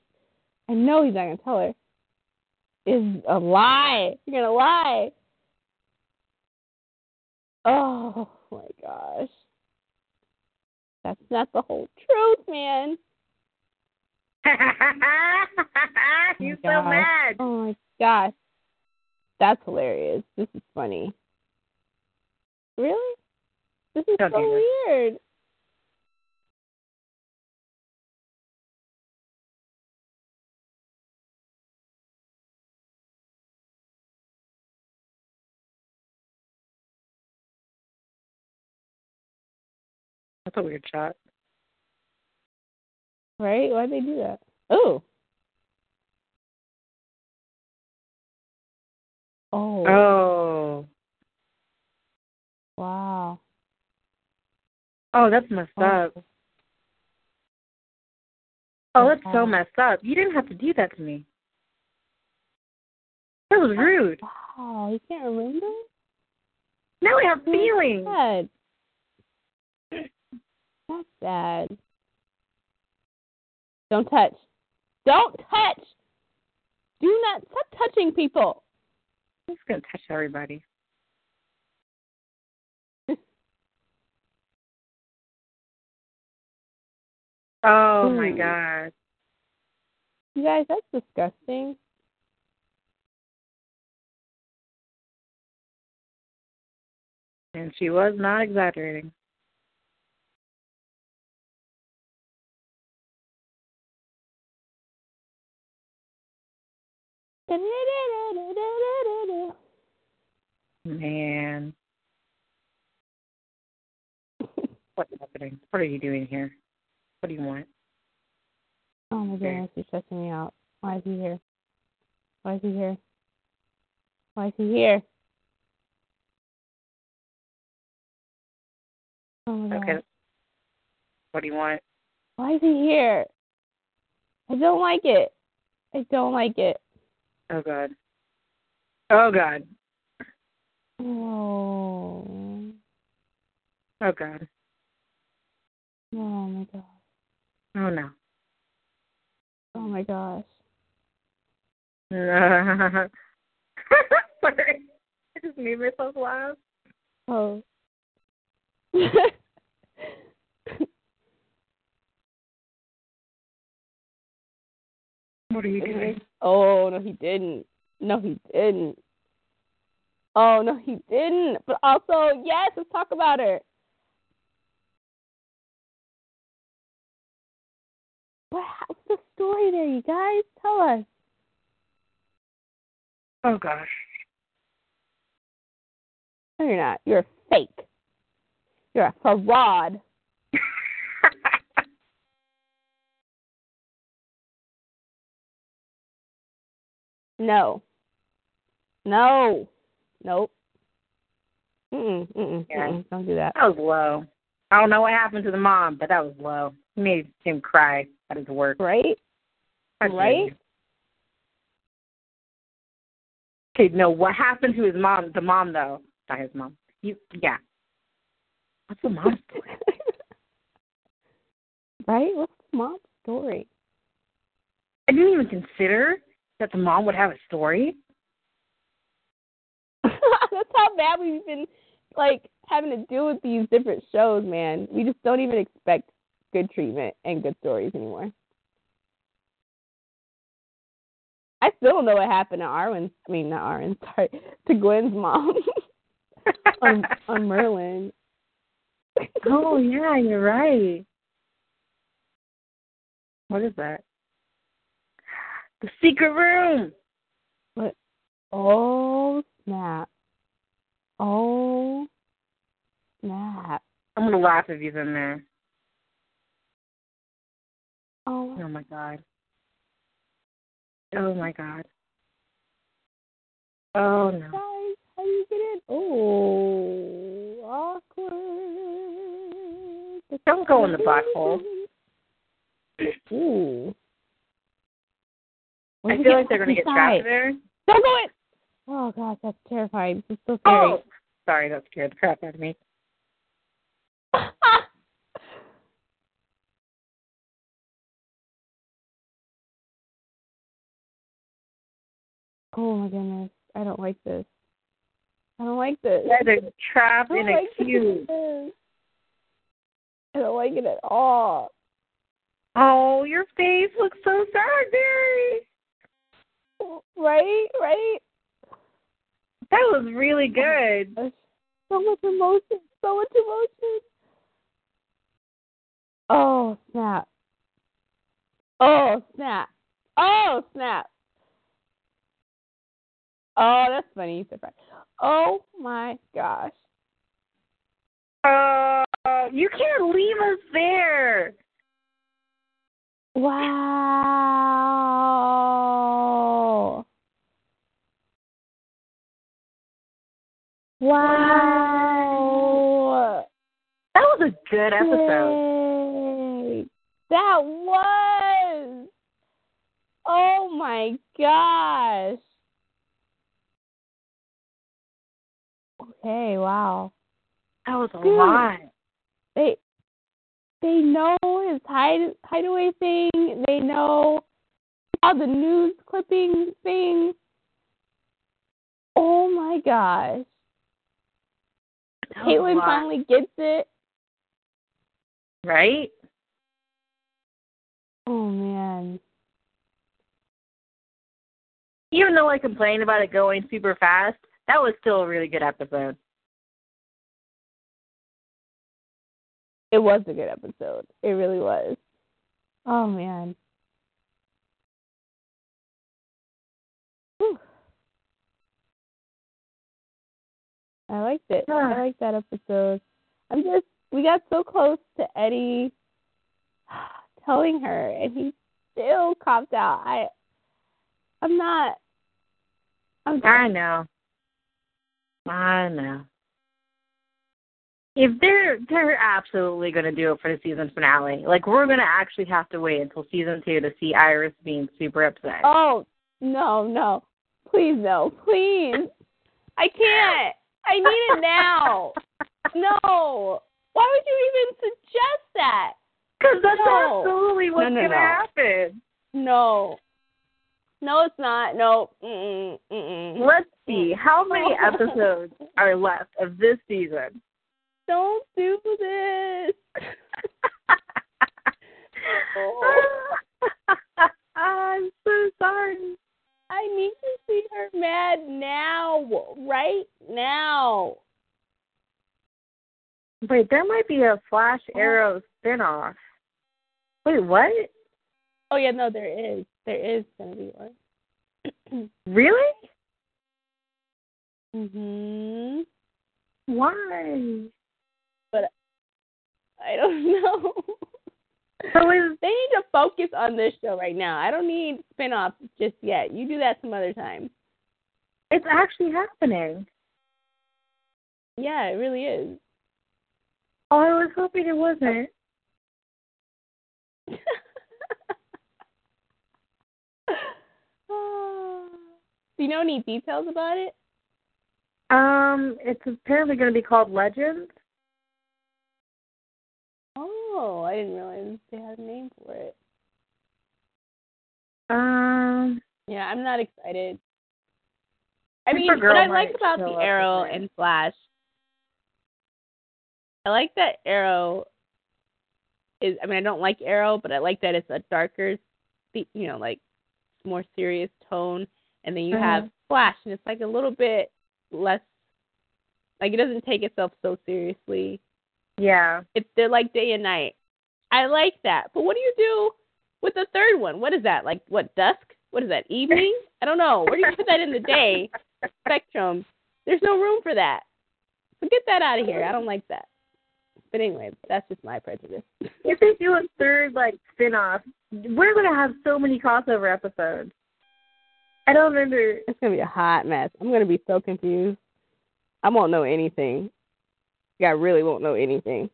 D: I know he's not gonna tell her. It's a lie. You're gonna lie. Oh my gosh. That's not the whole truth, man.
C: He's so
D: God.
C: mad.
D: Oh my gosh. That's hilarious. This is funny. Really? This is
C: Don't
D: so
C: do this.
D: weird.
C: That's a weird shot.
D: Right? Why'd they do that? Oh. Oh,
C: Oh.
D: wow.
C: Oh, that's messed up. Oh, that's so
D: Okay.
C: messed up. You didn't have to do that to me. That was rude.
D: Wow, you can't remember?
C: Now we have
D: That's
C: feelings.
D: Sad. That's sad. Don't touch. Don't touch. Do not stop touching people.
C: I'm just gonna touch everybody. oh my
D: Ooh.
C: god.
D: You guys, that's disgusting.
C: And she was not exaggerating. Man. What's happening? What are you doing here? What do you want?
D: Oh my goodness, you're stressing me out. Why is he here? Why is he here? Why is he here? Oh my god.
C: Okay. What do you want?
D: Why is he here? I don't like it. I don't like it.
C: Oh god. Oh god.
D: Oh,
C: Oh god.
D: oh my gosh.
C: Oh no. [LAUGHS]
D: Oh my gosh.
C: Sorry. I just made myself laugh.
D: Oh. [LAUGHS]
C: What are you doing?
D: oh, no, he didn't. No, he didn't. Oh, no, he didn't. But also, yes, let's talk about her. What happened the story there, you guys? Tell us.
C: Oh gosh.
D: No, you're not. You're a fake. You're a fraud. No. No. Nope. Mm-mm, mm-mm,
C: Yeah.
D: mm-mm. Don't do that.
C: that was low. I don't know what happened to the mom, but that was low. You made him cry at his work.
D: Right? [LAUGHS]
C: I dare
D: Right?
C: you. Okay, no, what happened to his mom? The mom though, not his mom. You, yeah. What's the mom's [LAUGHS] story?
D: right? What's the mom's story?
C: I didn't even consider that the mom would have a story.
D: [LAUGHS] That's how bad we've been like having to deal with these different shows, man. We just don't even expect good treatment and good stories anymore. I still don't know what happened to Arwen. I mean, not Arwen. [LAUGHS] Sorry, to Gwen's mom [LAUGHS]
C: [LAUGHS]
D: on, on Merlin.
C: oh yeah, you're right. What is that? The secret room.
D: Oh snap! Oh snap!
C: I'm gonna laugh if he's in there.
D: Oh
C: Oh my god. Oh my god. Oh
D: guys,
C: no.
D: how do you get in? Oh, awkward.
C: Don't go in the black hole.
D: Ooh.
C: I feel like they're gonna get trapped there.
D: Don't go in. Oh gosh, that's terrifying. This is so scary.
C: Oh, sorry, that scared the crap out of me.
D: [LAUGHS] oh my goodness, I don't like this. I don't like this.
C: You guys are trapped
D: Oh
C: in
D: my
C: a cube.
D: goodness. I don't like it at all.
C: Oh, your face looks so sad, Barry.
D: Right, right.
C: That was really good.
D: So much emotion, so much emotion. Oh snap! Oh snap! Oh snap! Oh, that's funny. Surprise! Oh my gosh!
C: Uh, you can't leave us there.
D: Wow! Wow!
C: That was a good episode.
D: Yay. That was. Oh my gosh. Okay, wow.
C: That was a
D: Dude.
C: lot.
D: They they know his hide hideaway thing. They know all the news clipping thing. Oh my gosh.
C: That was a
D: Caitlin
C: lot,
D: finally gets it.
C: right?
D: Oh man.
C: Even though I complained about it going super fast, that was still a really good episode.
D: it was a good episode. It really was. Oh man. Whew. I liked it. I
C: Yeah.
D: liked that episode. I'm just we got so close to Eddie [SIGHS] telling her and he still copped out. I I'm not I'm
C: I know. I know. If they're they're absolutely going to do it for the season finale, like we're going to actually have to wait until season two to see Iris being super upset.
D: Oh no, no. Please no. Please. I can't. I need it now. No. Why would you even suggest that?
C: Because that's
D: No.
C: absolutely what's
D: No,
C: going
D: no,
C: to
D: no.
C: happen.
D: No. No, it's not. No. Mm-mm. Mm-mm.
C: Let's
D: Mm.
C: see how
D: [LAUGHS]
C: many episodes are left of this season.
D: Don't do this. Oh.
C: [LAUGHS] I'm so sorry.
D: I need to see her mad now. Right now.
C: Wait, there might be a Flash Arrow spinoff. Wait, what?
D: Oh yeah, no, there is. There is gonna be one.
C: Really?
D: mhm.
C: Why?
D: I don't [LAUGHS] know.
C: So is
D: they need to focus on this show right now. I don't need spin-offs just yet. You do that some other time.
C: it's actually happening?
D: Yeah, it really is. [LAUGHS]
C: Oh, I was hoping it wasn't.
D: do you know any details about it?
C: Um, it's apparently going to be called Legends.
D: Oh, I didn't realize they had a name for it.
C: Um,
D: Yeah, I'm not excited. I mean,
C: Supergirl
D: what I
C: might
D: like about
C: show
D: the
C: up in
D: Arrow
C: there.
D: and Flash, I like that Arrow is. I mean, I don't like Arrow, but I like that it's a darker, the- you know, like more serious tone, and then you
C: Mm-hmm.
D: have Flash, and it's like a little bit less. Like it doesn't take itself so seriously
C: yeah.
D: it's they're like day and night. I like that. But what do you do with the third one? What is that? Like what dusk? What is that? Evening? I don't know. Where do you put that in the day spectrum? There's no room for that. So get that out of here. I don't like that. But anyway, that's just my prejudice.
C: If they do a third like spin-off, we're going to have so many crossover episodes. I don't under
D: It's gonna be a hot mess. I'm gonna be so confused. I won't know anything. Yeah, I really won't know anything.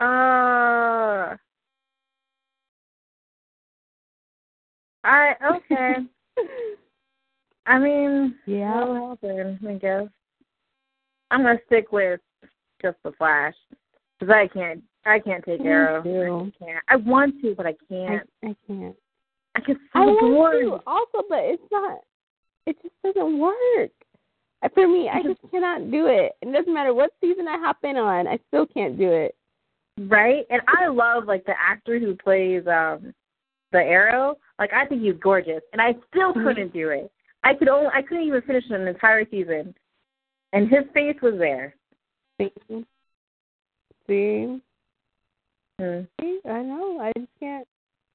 C: Uh, I
D: [LAUGHS]
C: okay. I mean,
D: Yeah. [LAUGHS]
C: that'll happen, I guess. I'm gonna stick with just the Flash because I can't. I can't take
D: Me
C: Arrow.
D: too.
C: I can't. I want to, but I
D: I,
C: can't.
D: I can't.
C: I, get so
D: I want
C: bored.
D: to also, but it's not. It just doesn't work. For me, I just cannot do it. It doesn't matter what season I hop in on, I still can't do it.
C: Right? And I love like the actor who plays um the arrow. Like I think he's gorgeous. And I still couldn't do it. I could only I couldn't even finish an entire season. And his face was there.
D: See? See?
C: Hmm.
D: See? I know. I just can't.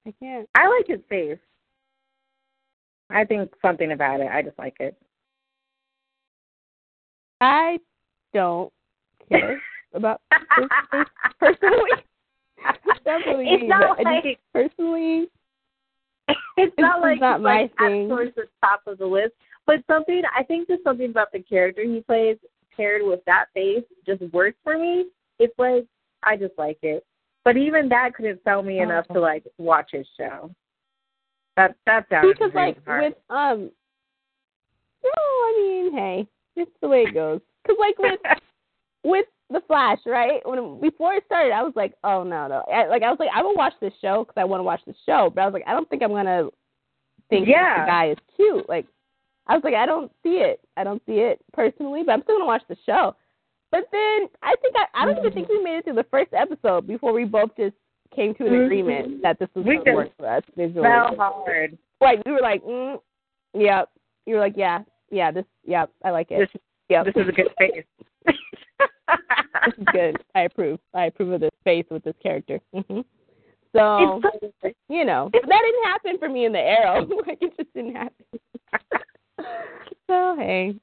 D: I can't.
C: I like his face. I think something about it. I just like [LAUGHS] it.
D: I don't care about this face
C: [LAUGHS]
D: personally. That's really
C: It's
D: me,
C: not
D: but I just
C: like-
D: personally. [LAUGHS]
C: it's not
D: It's
C: like
D: not
C: he's,
D: my
C: like,
D: thing.
C: At towards the top of the list, but something I think just something about the character he plays paired with that face just works for me. It's like I just like it. But even that couldn't sell me enough
D: Oh.
C: to like watch his show. That that sounds
D: because like with um no i mean hey it's the way it goes because like with
C: [LAUGHS]
D: with the flash right when before it started i was like oh no no I, like i was like i will watch this show because i want to watch the show but i was like i don't think i'm gonna think
C: Yeah.
D: the guy is cute like i was like i don't see it i don't see it personally but i'm still gonna watch the show but then i think i, I don't even think we made it through the first episode before we both just came to an
C: Mhm.
D: agreement that this was
C: We
D: gonna
C: just
D: work for us visually
C: fell hard.
D: like we were like, mm, yeah. You were like, yeah, yeah, this, yeah, I like it.
C: This-
D: yeah,
C: This is a good
D: [LAUGHS]
C: face.
D: this is good. I approve. I approve of this face with this character. hmm So
C: [LAUGHS] It's so-
D: you know, but that didn't happen for me in the arrow. [LAUGHS] like it just
C: [LAUGHS]
D: didn't happen. so hey,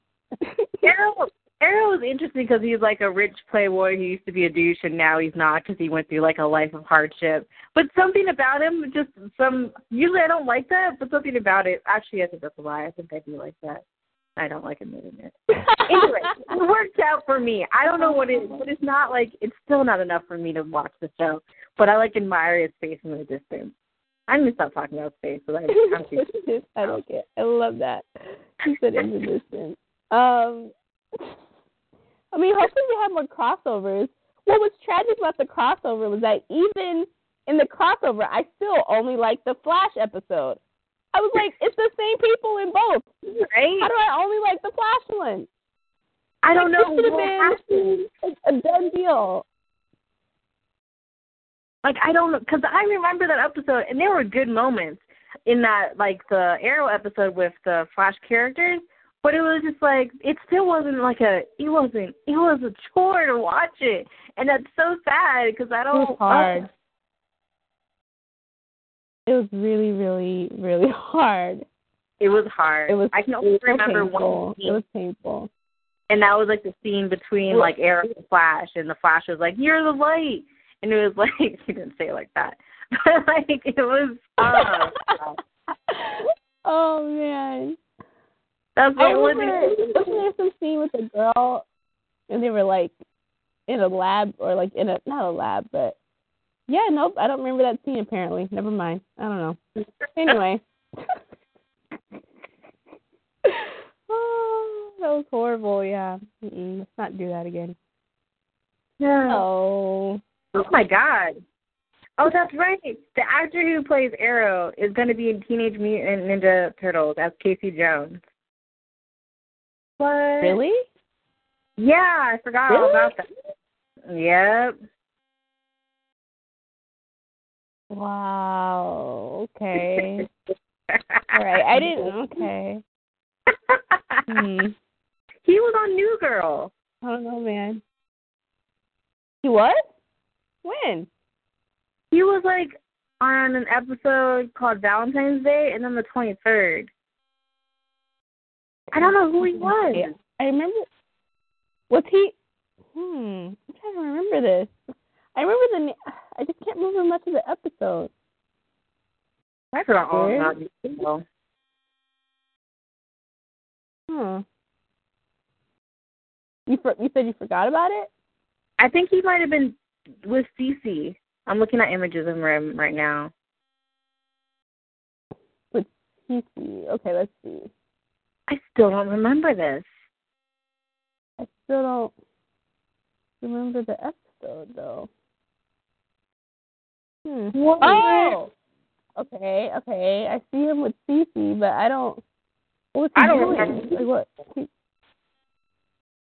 C: Arrow Arrow is interesting because he's like a rich playboy who used to be a douche and now he's not because he went through like a life of hardship. But something about him, just some. Usually I don't like that, but something about it. Actually, I think that's a lie. I think I do like that. I don't like admitting it. Anyway, it worked out for me. I don't know what it, but it's not like it's still not enough for me to watch the show. But I like admire his face from the distance. I'm gonna stop talking about space, but I, I'm
D: [LAUGHS]
C: too.
D: [LAUGHS] I like it. I love that. He said in the distance. Um, I mean, hopefully we have more crossovers. What was tragic about the crossover was that even in the crossover, I still only liked the Flash episode. I was like, it's the same people in both. How
C: Right?
D: do I only like the Flash one?
C: I don't
D: Like,
C: know
D: this should've
C: what
D: been-
C: happened.
D: It's a done deal.
C: Like I don't because I remember that episode, and there were good moments in that, like the Arrow episode with the Flash characters. But it was just like it still wasn't like a it wasn't it was a chore to watch it, and that's so sad because I
D: It
C: don't.
D: was hard. It was really, really, really [LAUGHS] hard.
C: it was hard.
D: It was.
C: I can
D: it
C: only
D: was so
C: remember
D: painful.
C: one
D: It
C: scene,
D: was painful.
C: and that was like the scene between like Arrow and Flash, and the Flash was like, "You're the light," and it was [LAUGHS] like he didn't say it like that, [LAUGHS] but like it was.
D: [LAUGHS]
C: Uh,
D: oh man.
C: that's
D: I
C: what was
D: remember wasn't there some scene with a girl and they were like in a lab or like in a not a lab but yeah, nope, I don't remember that scene apparently. Never mind. I don't know. [LAUGHS] Anyway. [SIGHS] oh, that was horrible, yeah. Mm-mm, let's not do that again.
C: Yeah.
D: Oh.
C: Oh my god. Oh, that's right. The actor who plays Arrow is going to be in Teenage Mutant Ninja Turtles as Casey Jones. What?
D: Oh. Really?
C: Yeah, I forgot all
D: Really?
C: about that. Yep.
D: Wow. [LAUGHS] Okay. All right. I didn't okay. Hmm.
C: [LAUGHS] he was on New Girl.
D: I don't know, man. He was? When?
C: He was like on an episode called Valentine's Day and then the 23rd. I don't know who he was.
D: Yeah. I remember. Was he? Hmm. I'm trying to remember this. I remember the. na- I just can't remember much of the episode.
C: I forgot all
D: weird.
C: about New Girl.
D: Huh. You for, you said you forgot about it.
C: I think he might have been with Cece. I'm looking at images of him right now.
D: Let's see. Okay, let's see.
C: I still don't remember this.
D: I still don't remember the episode though. Hmm.
C: What?
D: Oh. Okay. Okay. I see him with Cece, but I don't. What was he
C: I don't
D: doing?
C: remember.
D: Like what? He,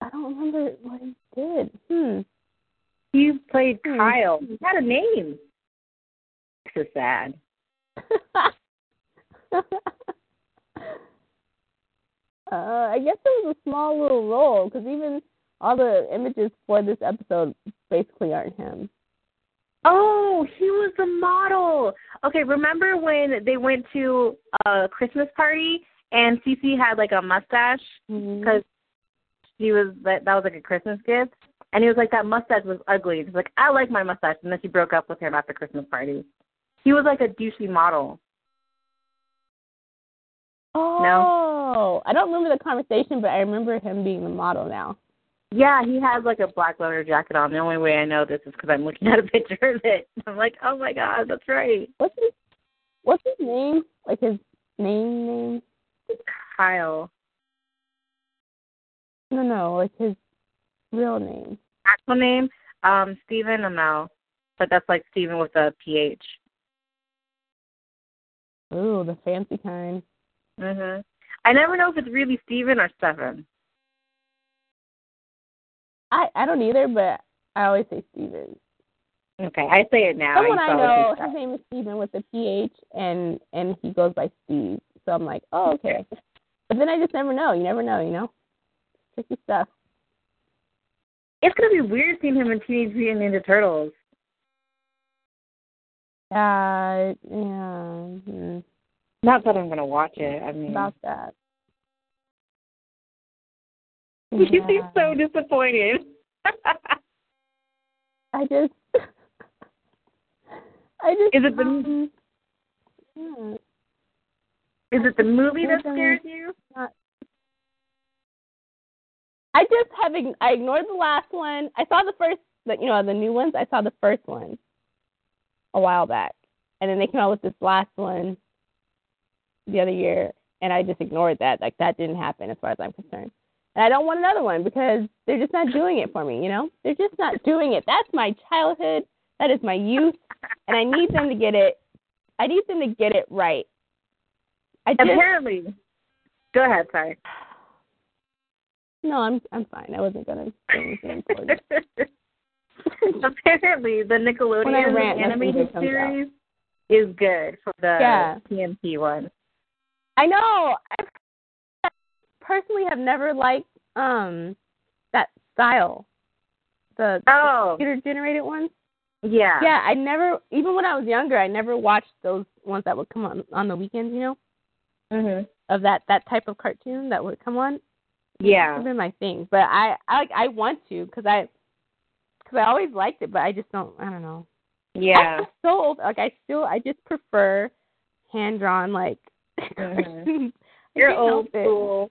D: I don't remember what he did. Hmm. [LAUGHS]
C: He played Kyle. He had a name. This is sad.
D: uh, Uh, I guess it was a small little role because even all the images for this episode basically aren't him.
C: Oh, he was the model. Okay, remember when they went to a Christmas party and Cece had like a mustache because she Mm-hmm. was that that was like a Christmas gift, and he was like that mustache was ugly. He's like I like my mustache, and then she broke up with him at the Christmas party. He was like a douchey model.
D: Oh, I don't remember the conversation, but I remember him being the model now.
C: Yeah, he has like a black leather jacket on. The only way I know this is because I'm looking [LAUGHS] at a picture of it. I'm like, oh my god, that's right.
D: What's his What's his name? Like his name name?
C: Kyle.
D: No, no, like his real name.
C: Actual name? Um, Steven Amell. But that's like Steven with a PH.
D: Ooh, the fancy kind.
C: Mhm. I never know if it's really Steven or Stefan.
D: I I don't either, but I always say Steven.
C: Okay, I say it now.
D: Someone
C: used to
D: I
C: always
D: know,
C: do
D: his
C: that.
D: name is Steven with a PH, and and he goes by Steve. So I'm like, oh okay. But then I just never know. You never know, you know. Tricky stuff.
C: It's gonna be weird seeing him in Teenage Mutant Ninja Turtles.
D: Uh, yeah, mm,
C: Not that I'm gonna watch it. I mean,
D: about that.
C: [LAUGHS] he's
D: Yeah.
C: so disappointed.
D: I just, [LAUGHS] I just.
C: Is it the-
D: um, yeah,
C: [LAUGHS] Is it the movie that
D: Okay.
C: scares you?
D: I just have ign- I ignored the last one. I saw the first, like, you know, the new ones. I saw the first one a while back, and then they came out with this last one the other year, and I just ignored that. Like that didn't happen as far as I'm concerned. And I don't want another one because they're just not doing it for me. You know, they're just not doing it. That's my childhood. That is my youth, and I need them to get it. I need them to get it right. I just
C: Apparently. Go ahead, sorry.
D: [LAUGHS] no, I'm I'm fine. I wasn't gonna say anything
C: [LAUGHS]
D: important.
C: Apparently, the
D: When I
C: Nickelodeon
D: rant, that's when
C: animated
D: it comes
C: series is good for the
D: Yeah.
C: TMT one.
D: I know. I personally have never liked um that style, the
C: Oh,
D: computer generated ones.
C: yeah.
D: Yeah, I never. Even when I was younger, I never watched those ones that would come on on the weekends. You know,
C: hmm
D: of that that type of cartoon that would come on.
C: Yeah.
D: It's been my thing, but I I I want to because I because I always liked it, but I just don't. I don't know.
C: Yeah.
D: I'm so old. Like I still, I just prefer hand drawn. Like [LAUGHS]
C: Mhm.
D: I
C: You're
D: can't help
C: old
D: it.
C: school.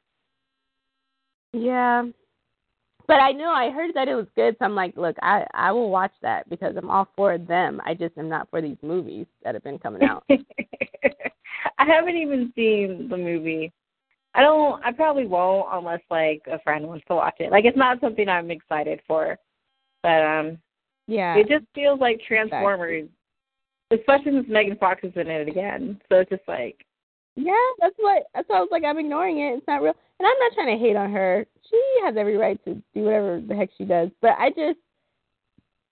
D: Yeah, but I know I heard that it was good, so I'm like, look, I I will watch that because I'm all for them. I just am not for these movies that have been
C: [LAUGHS]
D: coming out.
C: I haven't even seen the movie. I don't. I probably won't unless like a friend wants to watch it. Like it's not something I'm excited for, but um,
D: yeah,
C: it just feels like Transformers, especially since Megan Fox is in it again. So it's just like,
D: yeah, that's what that's why I was like, I'm ignoring it. It's not real, and I'm not trying to hate on her. She has every right to do whatever the heck she does, but I just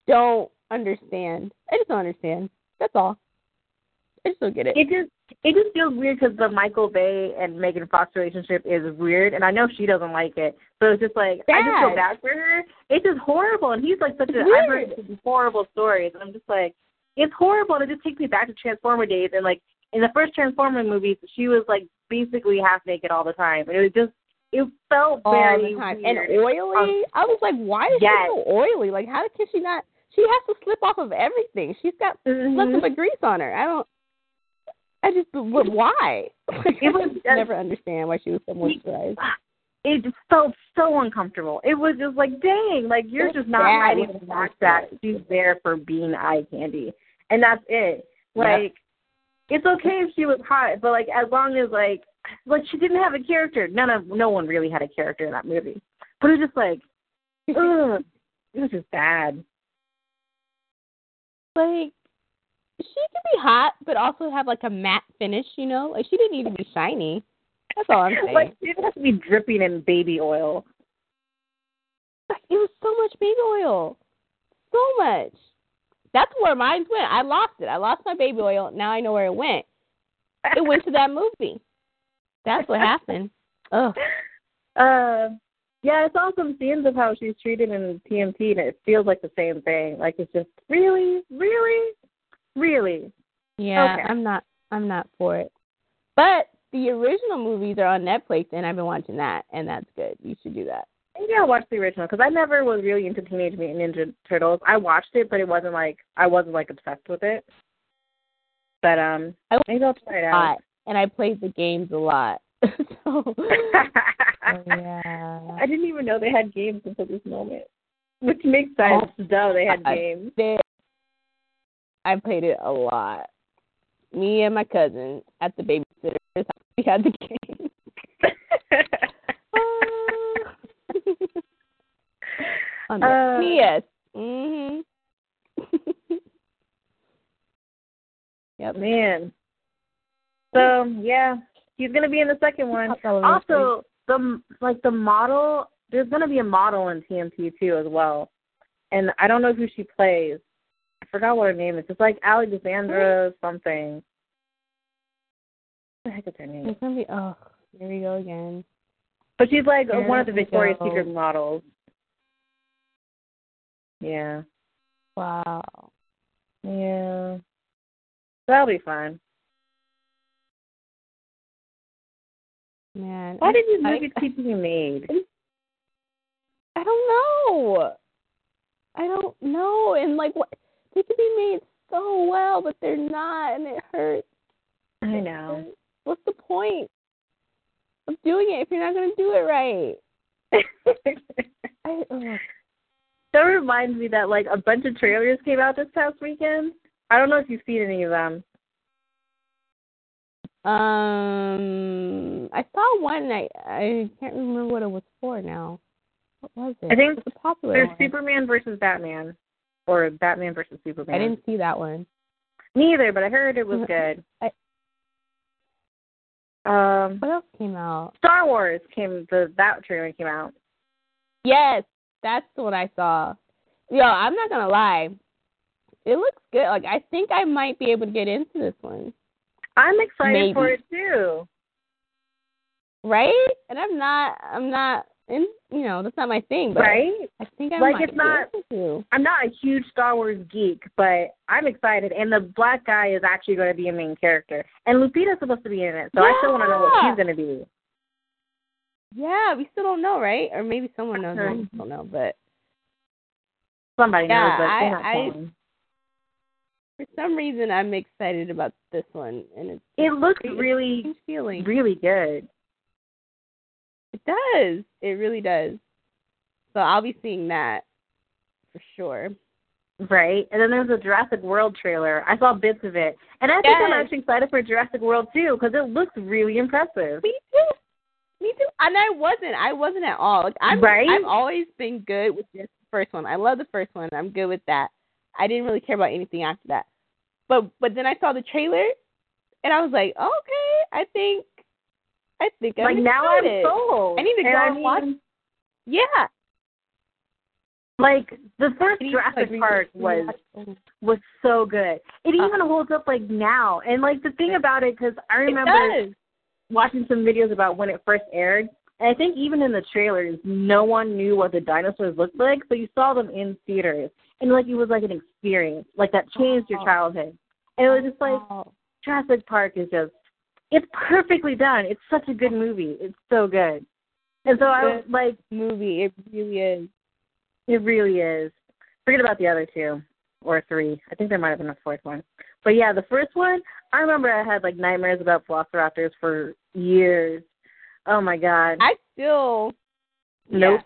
D: don't understand. I just don't understand. That's all. I just don't get it.
C: it just it just feels weird because the Michael Bay and Megan Fox relationship is weird, and I know she doesn't like it. So it's just like I just
D: Bad.
C: feel bad for her. It's just horrible, and he's like such
D: It's
C: a. I've heard
D: weird.
C: some horrible stories, and I'm just like, it's horrible, and it just takes me back to Transformer days. And like in the first Transformer movies, she was like basically half naked all the time, and it was just it felt
D: all
C: very
D: the time.
C: weird. Um,
D: And oily. I was like, why is
C: Yes.
D: she so oily? Like, how can she not? She has to slip off of everything. She's got
C: Mhm.
D: nothing but grease on her. I don't. I just, but but why? [LAUGHS] Like,
C: It
D: I
C: was-
D: just never understand why she was so moisturized.
C: it just felt so uncomfortable. It was just like, dang, like you're
D: It's
C: just not
D: bad.
C: hiding the fact that she's there for being eye candy, and that's it. Like, it's okay if she was hot, but like as long as like, like she didn't have a character. None of no one really had a character in that movie, but it was just like, ugh, it was just bad.
D: Like, she could be hot, but also have like a matte finish. You know, like she didn't need to be shiny. That's all I'm saying.
C: Like she didn't have to be dripping in baby oil.
D: like it was so much baby oil, so much. That's where mine went. I lost it. I lost my baby oil. Now I know where it went. It went to that movie. That's what happened. Ugh.
C: Uh, yeah, I saw some scenes of how she's treated in TMT, and it feels like the same thing. Like it's just really, really, really.
D: Yeah,
C: Okay.
D: I'm not. I'm not for it. But the original movies are on Netflix, and I've been watching that, and that's good. You should do that.
C: Maybe I'll watch the original because I never was really into Teenage Mutant Ninja Turtles. I watched it, but it wasn't like I wasn't like obsessed with it. But um,
D: I
C: maybe I'll try it
D: A
C: out.
D: lot, and I played the games a lot. [LAUGHS] so, oh, yeah.
C: [LAUGHS] I didn't even know they had games until this moment, which makes sense. though they had
D: God.
C: games. [LAUGHS]
D: They- I played it a lot. Me and my cousin at the babysitter's house, [LAUGHS] we had the game. Ah. on the
C: Uh,
D: yes. Mhm. yep.
C: Man. So yeah, he's gonna be in the second one.
D: That's all I'm gonna
C: Also, the like the model. There's gonna be a model in TMT too as well, and I don't know who she plays. I forgot what her name is. It's like Alexandra something. What the heck is her name?
D: It's gonna be oh, here we go again.
C: But she's like
D: There
C: one of the
D: we
C: Victoria's
D: go.
C: Secret models. Yeah.
D: Wow.
C: Yeah. That'll be fun.
D: Man.
C: Why did these
D: I-
C: movies keep being made?
D: I don't know. I don't know. And like what they could be made so well, but they're not and it hurts.
C: I know.
D: What's the point of doing it if you're not gonna do it right?
C: that
D: I, oh,
C: [LAUGHS]
D: ugh.
C: reminds me that like a bunch of trailers came out this past weekend. I don't know if you've seen any of them.
D: Um, I saw one. and I I can't remember what it was for now. What was it?
C: I think
D: it was a popular
C: There's
D: one.
C: Superman versus Batman, or Batman versus Superman.
D: I didn't see that one.
C: neither, but I heard it was good.
D: I-
C: Um,
D: What else came out?
C: Star Wars came the that trailer came out.
D: Yes, that's the one I saw. Yo, I'm not gonna lie. It looks good. Like I think I might be able to get into this one,
C: I'm excited
D: Maybe.
C: for it too.
D: right? And I'm not. I'm not. In, you know, that's not my thing. But
C: Right?
D: I think I
C: Like,
D: might
C: it's
D: be
C: not-
D: able to.
C: I'm not a huge Star Wars geek, but I'm excited. And the black guy is actually going to be a main character, and Lupita's supposed to be in it, so I still want to know what
D: Yeah.
C: she's going to be.
D: Yeah, we still don't know, right? Or maybe someone knows. I
C: Mhm.
D: don't know, but
C: Somebody
D: Yeah,
C: knows, but
D: I-
C: they're not
D: I-
C: telling.
D: for some reason I'm excited about this one, and it's
C: It looks
D: it's a
C: really,
D: strange feeling.
C: really good.
D: It does. It really does. So I'll be seeing that for sure.
C: Right? And then there's a Jurassic World trailer. I saw bits of it. And I think I'm
D: Yes.
C: actually excited for Jurassic World too, because it looks really impressive.
D: Me too. Me too. And I wasn't. I wasn't at all. Like I'm.
C: Right?
D: I've always been good with just the first one. I love the first one. I'm good with that. I didn't really care about anything after that. But but then I saw the trailer, and I was like, okay, I think, I think I'm
C: like now I'm
D: excited.
C: sold.
D: I need to
C: And
D: go
C: I
D: and watch-
C: mean,
D: Yeah.
C: Like the first
D: It is,
C: Jurassic
D: like,
C: Park was
D: rewatchable.
C: was so good. It
D: Uh,
C: even holds up like now. And like the thing about it, because I remember
D: It does.
C: watching some videos about when it first aired, and I think even in the trailers, no one knew what the dinosaurs looked like, so you saw them in theaters, and like it was like an experience, like that changed your
D: Wow.
C: childhood. And it was just like
D: Wow.
C: Jurassic Park is just, it's perfectly done. It's such a good movie. It's so good. And so I was like,
D: movie. It really is.
C: it really is. Forget about the other two or three. I think there might have been a fourth one. But yeah, the first one, I remember I had like nightmares about velociraptors for years. Oh my god.
D: I still
C: Nope.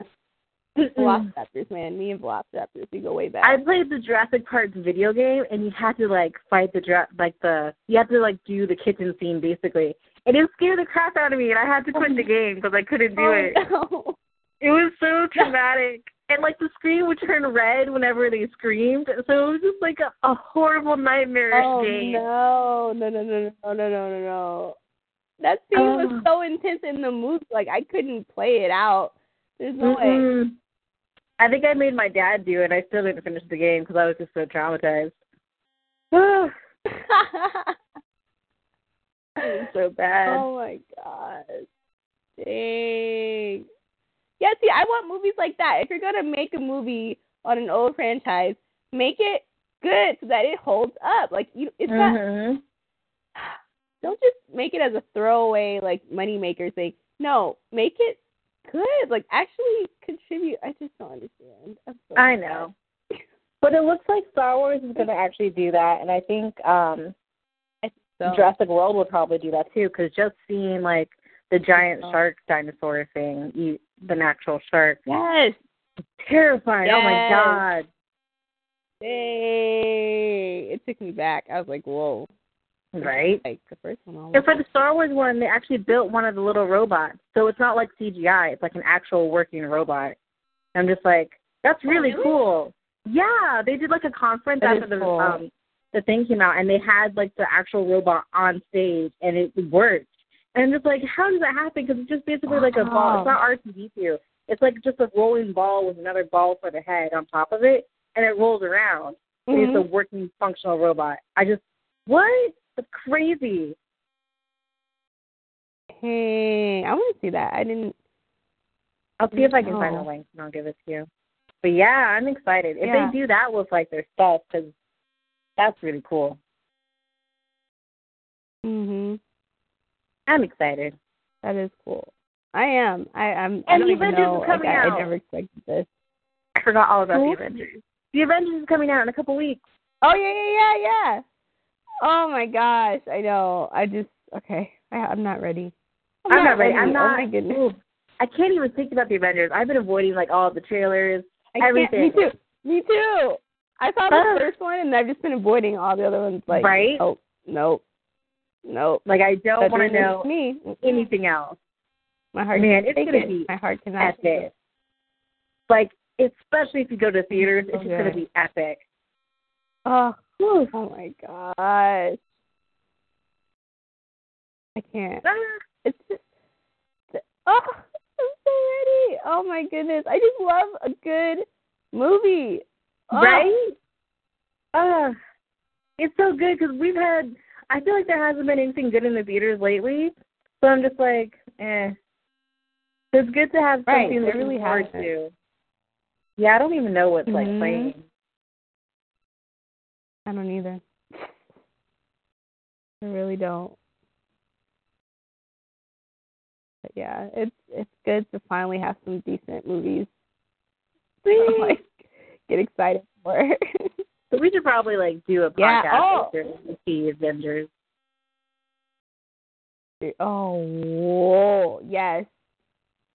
D: Yeah.
C: Mm-mm.
D: Velociraptors, man. Me and Velociraptors, we go way back. [LAUGHS]
C: I played the Jurassic Park video game, and you had to like fight the dra- like the you had to like do the kitchen scene basically, and it scared the crap out of me, and I had to quit
D: [LAUGHS]
C: the game because I couldn't do
D: oh,
C: it.
D: no.
C: It was
D: [LAUGHS]
C: so traumatic, and like the screen would turn red whenever they screamed, so it was just like a, a horrible nightmarish
D: Oh
C: game.
D: no, no, no, no, no, no, no, no, no. That scene was
C: Oh.
D: so intense in the movie. Like I couldn't play it out. There's no way.
C: Mm-mm. I think I made my dad do it. I still didn't finish the game because I was just so traumatized. [SIGHS] it
D: [LAUGHS]
C: was so bad.
D: Oh my god. Dang. Yeah, see, I want movies like that. If you're gonna make a movie on an old franchise, make it good so that it holds up. Like you it's not
C: Mhm.
D: don't just make it as a throwaway like moneymaker thing. No, make it good. Like actually contribute. I just don't understand. I'm so
C: I
D: sad.
C: know. But it looks like Star Wars is going to actually do that, and I think um
D: So,
C: Jurassic World will probably do that too, because just seeing like the giant
D: Oh.
C: shark dinosaur thing eat an actual shark,
D: yes.
C: terrifying. Oh my
D: Yes.
C: god!
D: Dang. It took me back. I was like, whoa.
C: Right?
D: Like the first one. I was
C: And for
D: like,
C: the Star Wars one, they actually built one of the little robots, so it's not like CGI. It's like an actual working robot. I'm just like, that's really,
D: Oh, really?
C: cool. Yeah, they did like a conference
D: That
C: after
D: is
C: the
D: cool.
C: um the thing came out, and they had like the actual robot on stage, and it worked. And I'm just like, how does that happen? Because it's just basically like a ball. It's not R2D2. It's like just a rolling ball with another ball for the head on top of it, and it rolls around. And
D: mhm.
C: It's a working functional robot. I just what? That's crazy.
D: Hey, I want to see that. I didn't.
C: I'll see if I can find the
D: No.
C: link and I'll give it to you. But yeah, I'm excited. If
D: Yeah.
C: they do that with like their stuff, because that's really cool.
D: Mhm.
C: I'm excited.
D: That is cool. I am. I am. I
C: And
D: don't
C: the
D: even
C: Avengers
D: know,
C: is coming
D: like, I,
C: out.
D: I never expected this.
C: I forgot all about
D: Cool.
C: the Avengers. The Avengers is coming out in a couple weeks.
D: Oh yeah, yeah, yeah, yeah. Oh my gosh, I know. I just okay. I, I'm not ready.
C: I'm, not ready. I'm not.
D: Oh my goodness.
C: ooh, I can't even think about the Avengers. I've been avoiding like all the trailers.
D: I can't-
C: everything.
D: Me too. Me too. I saw the
C: Ugh.
D: first one and I've just been avoiding all the other ones. Like
C: Right?
D: Nope. Nope. Nope.
C: Like I don't
D: That
C: want to
D: doesn't interest
C: know
D: me.
C: anything else.
D: My heart
C: Man, it's
D: can't take
C: gonna
D: it.
C: be
D: my heart cannot take
C: Epic. Like especially if you go to theaters, it's just gonna
D: Okay.
C: be epic.
D: Oh, [LAUGHS] oh my gosh. I can't.
C: Ah.
D: It's just, oh, I'm so ready. Oh my goodness. I just love a good movie. Oh,
C: Right? Uh, it's so good because we've had. I feel like there hasn't been anything good in the theaters lately, so I'm just like, eh. So it's good to have
D: Right,
C: something
D: there
C: looking
D: really
C: forward
D: hasn't.
C: to. Yeah, I don't even know what's like [LAUGHS]
D: Mhm.
C: playing.
D: I don't either. I really don't. But yeah, it's it's good to finally have some decent movies [LAUGHS] to like get excited for. [LAUGHS]
C: So we should probably like do a podcast
D: Yeah, oh.
C: after we see Avengers.
D: oh, whoa. Oh, Yes.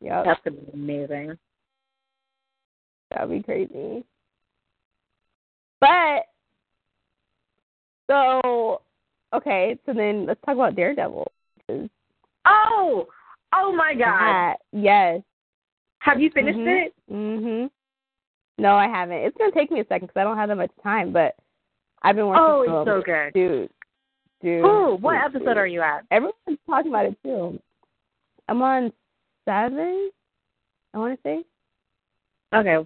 D: Yep.
C: That's gonna be amazing.
D: That'd be crazy. But so okay, so then let's talk about Daredevil.
C: Oh, oh my God!
D: That- yes.
C: Have you finished
D: Mhm.
C: it?
D: Mhm. No, I haven't. It's gonna take me a second because I don't have that much time. But I've been watching.
C: Oh,
D: so
C: it's so
D: much.
C: good.
D: dude. Dude.
C: Oh, what
D: dude,
C: episode
D: dude.
C: are you at?
D: Everyone's talking about it too. I'm on seven. I want to say.
C: Okay,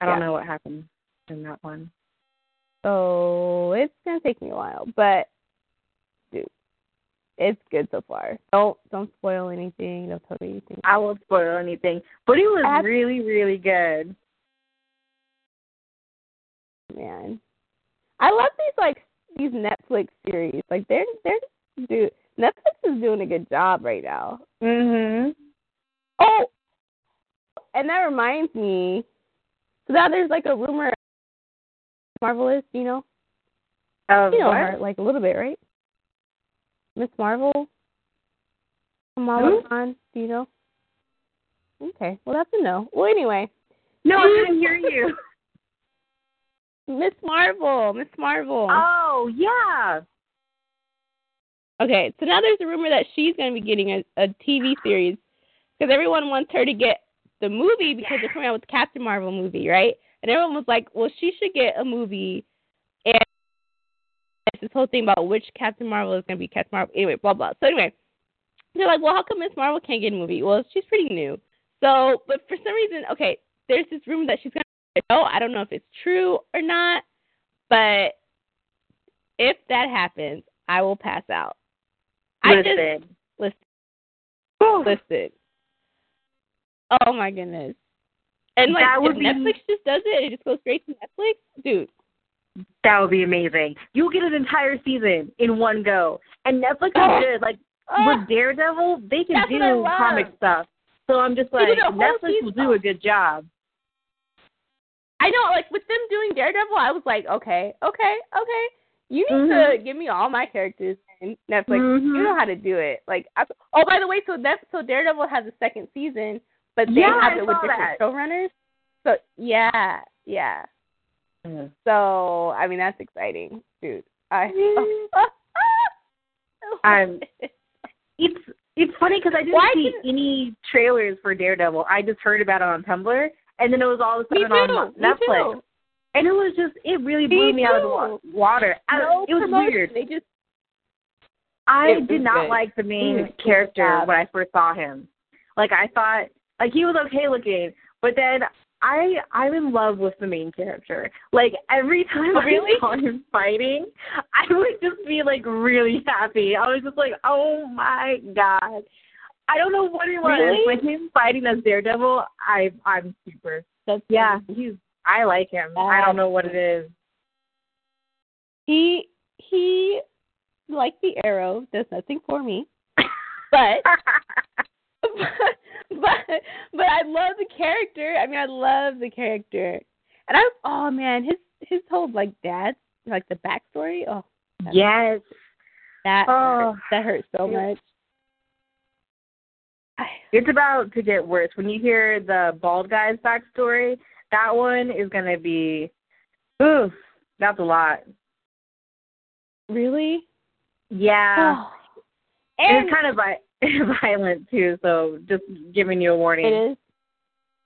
C: I don't
D: Yeah.
C: know what happened in that one.
D: So it's gonna take me a while, but dude, it's good so far. Don't don't spoil anything. Don't tell me anything.
C: I won't spoil anything, but it was
D: Ab-
C: really, really good.
D: Man, I love these like these Netflix series. Like they're they're dude. Netflix is doing a good job right now. Mm-hmm.
C: Mhm.
D: Oh, and that reminds me. So now there's like a rumor. Marvelous, you know,
C: Of
D: you know
C: Um, what?
D: her like a little bit, right? Miss Marvel,
C: Who?
D: Kamala Khan. Do you know? Okay, well that's a no. Well, anyway,
C: No, I didn't hear
D: [LAUGHS]
C: you.
D: Miss Marvel, Miss Marvel.
C: oh yeah.
D: Okay, so now there's a rumor that she's going to be getting a, a TV series because everyone wants her to get the movie because they're coming out with the Captain Marvel movie, right? And everyone was like, well, she should get a movie. And it's this whole thing about which Captain Marvel is going to be Captain Marvel. Anyway, blah, blah. So, anyway, they're like, well, how come Miss Marvel can't get a movie? Well, she's pretty new. So, but for some reason, okay, there's this rumor that she's going No, I don't know if it's true or not, but if that happens, I will pass out. I just
C: Listen.
D: listed. Oh my goodness. And like
C: That would
D: if
C: be-
D: Netflix just does it, it just goes straight to Netflix, dude.
C: That would be amazing. You'll get an entire season in one go. And Netflix
D: Oh.
C: is good. Like
D: Oh,
C: with Daredevil, they can
D: That's
C: do
D: what I love.
C: comic stuff. So I'm just
D: They
C: like
D: did a whole
C: Netflix
D: season.
C: will do a good job.
D: I know, like with them doing Daredevil, I was like, okay, okay, okay. You need to give me all my characters in Netflix.
C: Mhm.
D: You know how to do it. Like, I, oh, by the way, so that so Daredevil has a second season, but they
C: Yeah,
D: have
C: I
D: it with
C: saw
D: different
C: that.
D: showrunners. So yeah, yeah. So I mean, that's exciting, dude. I. Mm-hmm. [LAUGHS]
C: I'm- It's it's funny because I didn't
D: Why
C: see
D: didn't-
C: any trailers for Daredevil. I just heard about it on Tumblr, and then it was all of a
D: Me
C: sudden on
D: too. Me
C: Netflix.
D: too.
C: And it was just it really
D: Me
C: blew me out of the wa-
D: too.
C: water. I,
D: No
C: it was
D: promotion.
C: weird.
D: They just
C: I
D: It was
C: did not
D: good.
C: like the main
D: It was
C: character
D: bad.
C: when I first saw him. Like I thought, like he was okay looking, but then I I'm in love with the main character. Like every [LAUGHS] time
D: Oh, really?
C: I saw him fighting, I would just be like really happy. I was just like, oh my god. I don't know what it was,
D: Really?
C: but him fighting as Daredevil, I I'm super.
D: that's
C: Yeah, he's I like him. I don't know what it is. [LAUGHS]
D: He he like the arrow does nothing
C: [LAUGHS]
D: for me. But [LAUGHS] but but I love the character. I mean, I love the character. And I was oh man, his his whole like dad's like the backstory. Oh,
C: yes.
D: that
C: Oh.
D: hurt. that hurts so
C: Yeah.
D: much. I-
C: It's about to get worse. When you hear the bald guy's backstory, that one is gonna be oof, that's a lot.
D: Really?
C: Yeah.
D: Oh.
C: [SIGHS] And
D: And
C: it's kind of vi- [LAUGHS] violent too, so just giving you a warning.
D: it is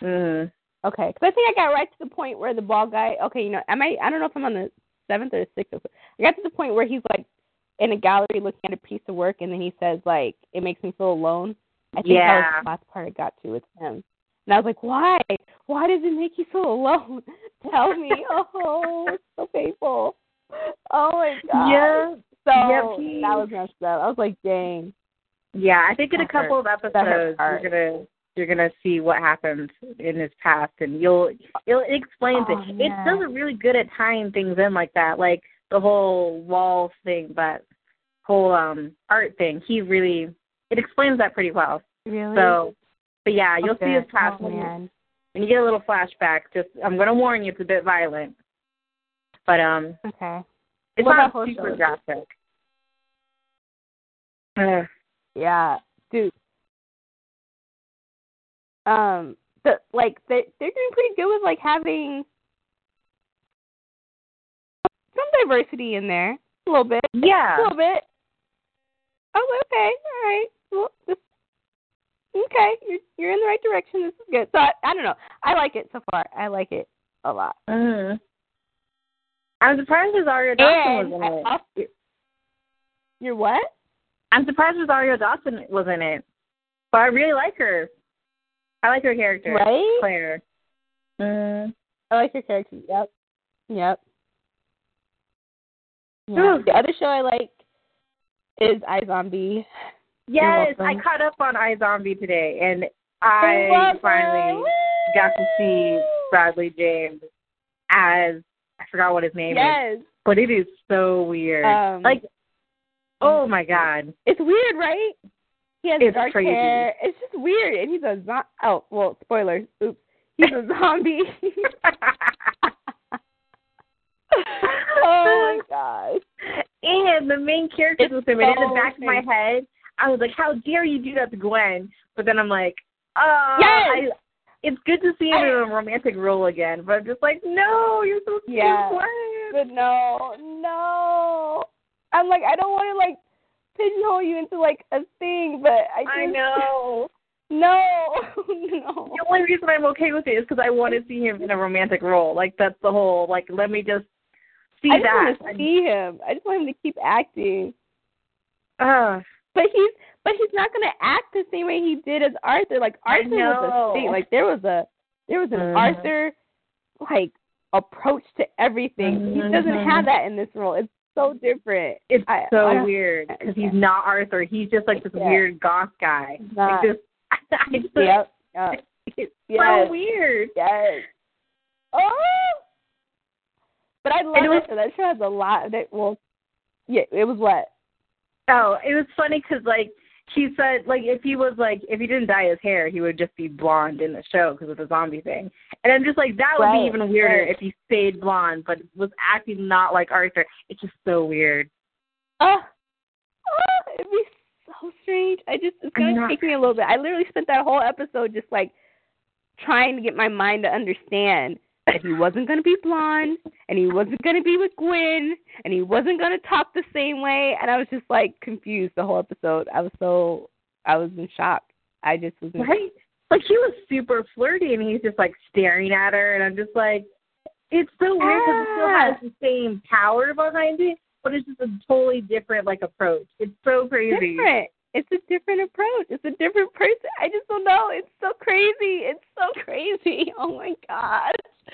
C: Mm.
D: Okay, because I think I got right to the point where the bald guy. Okay, you know, I might. I don't know if I'm on the seventh or the sixth. Or, I got to the point where he's like in a gallery looking at a piece of work, and then he says like, "It makes me feel alone." I think that
C: Yeah.
D: was the last part I got to with him, and I was like, "Why? Why does it make you feel alone? [LAUGHS] Tell me." oh, it's so painful. Oh my god.
C: Yeah.
D: So
C: Yep, he-
D: that was messed up. I was like, "Dang."
C: Yeah, I think in a
D: That hurt.
C: couple of episodes
D: hard.
C: you're gonna you're gonna see what happened in his past and you'll you'll it explains
D: Oh,
C: it.
D: man.
C: It does it really good at tying things in like that, like the whole wall thing, that whole um art thing. He really it explains that pretty well.
D: Really?
C: So, but yeah, you'll see his
D: Okay.
C: past
D: Oh,
C: when, you,
D: man.
C: when you get a little flashback. Just I'm gonna warn you, it's a bit violent, but um,
D: Okay.
C: it's
D: What
C: not
D: about
C: super
D: Hoshio?
C: graphic. [SIGHS] Ugh.
D: Yeah, dude. Um, the like they they're doing pretty good with like having some diversity in there, a little bit,
C: yeah,
D: a little bit. Oh, okay, all right. Well, this, okay, you're you're in the right direction. This is good. So I, I don't know. I like it so far. I like it a lot.
C: Mhm. I'm surprised his Aria Dawson
D: and I
C: was in it.
D: also, you're what?
C: I'm surprised his Aria Dawson was in it, but I really like her. I like her character,
D: Right?
C: Claire. Mm.
D: I like your character. Yep.
C: [SIGHS]
D: Yep. Yeah.
C: Ooh.
D: The other show I like is iZombie.
C: Yes, I
D: welcome.
C: caught up on iZombie today, and I
D: love
C: finally.
D: her.
C: got to see Bradley James as I forgot what his name is,
D: Yes.
C: but it is so weird.
D: Um,
C: like, oh my god, [LAUGHS]
D: It's weird, right? He has
C: It's
D: dark
C: crazy.
D: hair. It's just weird, and he's a zo- oh well, spoilers. Oops, he's a zombie. [LAUGHS] oh my gosh.
C: and the main characters
D: It's
C: with him, and in
D: so
C: the back of my
D: crazy.
C: head, I was like, how dare you do that to Gwen? But then I'm like, oh,
D: Yes!
C: I, it's good to see him in a romantic role again, but I'm just like, no, you're so
D: Yeah.
C: Gwen.
D: But no, no. I'm like, I don't want to like pigeonhole you into like a thing, but I just,
C: I know.
D: [LAUGHS] No, [LAUGHS] no.
C: The only reason I'm okay with it is because I want to see him in a romantic role. Like that's the whole like let me just see
D: I just
C: that.
D: want to see him. I just want him to keep acting,
C: Ugh.
D: but he's but he's not gonna act the same way he did as Arthur. Like
C: I
D: Arthur was a
C: know.
D: thing. Like there was a there was an
C: Mhm.
D: Arthur. Oh like approach to everything. He
C: Mm-hmm.
D: doesn't have that in this role. It's so different.
C: It's
D: I-
C: so
D: I-
C: weird because
D: yeah.
C: he's not Arthur. He's just like this
D: Yeah.
C: weird goth guy.
D: not.
C: Like just, [LAUGHS] I just, [LAUGHS]
D: yep. yep.
C: it's
D: Yes.
C: so weird.
D: Yes. Oh. But I love
C: And it was-
D: that show. That show has a lot. That well, yeah, it was what.
C: Oh, it was funny because like he said, like if he was like if he didn't dye his hair, he would just be blonde in the show because of the zombie thing. And I'm just like that would
D: Right,
C: be even weirder
D: right.
C: if he stayed blonde, but was acting not like Arthur. It's just so weird.
D: Oh, oh, it'd be so strange. I just it's
C: I'm
D: gonna
C: not-
D: take me a little bit. I literally spent that whole episode just like trying to get my mind to understand that he wasn't gonna be blonde and he wasn't gonna be with Gwen and he wasn't gonna talk the same way and I was just like confused the whole episode. I was so I was in shock. I just was in
C: Right? Like he was super flirty and he's just like staring at her, and I'm just like, it's so weird because it
D: Ah.
C: still has the same power behind it, but it's just a totally different like approach. It's so crazy.
D: different. It's a different approach. It's a different person. I just don't know. It's so crazy. It's so [LAUGHS] crazy. Oh my god.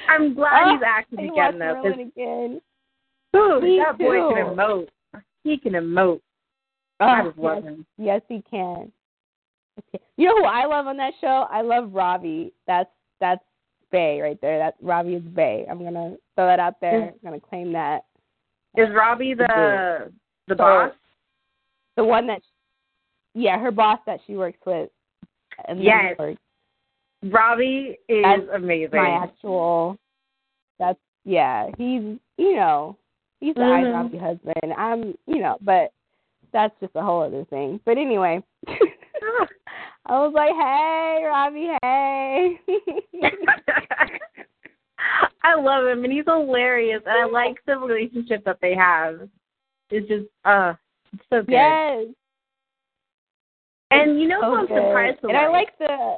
C: I'm glad
D: Oh,
C: he's acting
D: I
C: again
D: watched
C: though. 'cause,
D: Merlin again.
C: ooh,
D: Me
C: that boy
D: too.
C: can emote. He can emote. I
D: Oh,
C: just
D: yes,
C: love him.
D: yes, he can. You know who I love on that show? I love Robbie. That's that's Bay right there. That's Robbie is Bay. I'm gonna throw that out there. I'm gonna claim that.
C: Is Robbie the the
D: So-
C: boss?
D: The one that, yeah, her boss that she works with. And then
C: Yes.
D: works-
C: Robbie is
D: That's
C: amazing.
D: my actual. That's yeah. He's you know he's the
C: Mhm.
D: iZombie husband. I'm you know, but that's just a whole other thing. But anyway, [LAUGHS] I was like, hey, Robbie,
C: [LAUGHS]
D: hey.
C: [LAUGHS] I love him and he's hilarious and I like the relationship that they have. It's just uh it's so good.
D: yes.
C: And you know who
D: so
C: I'm
D: good.
C: surprised to
D: And I
C: like?
D: like the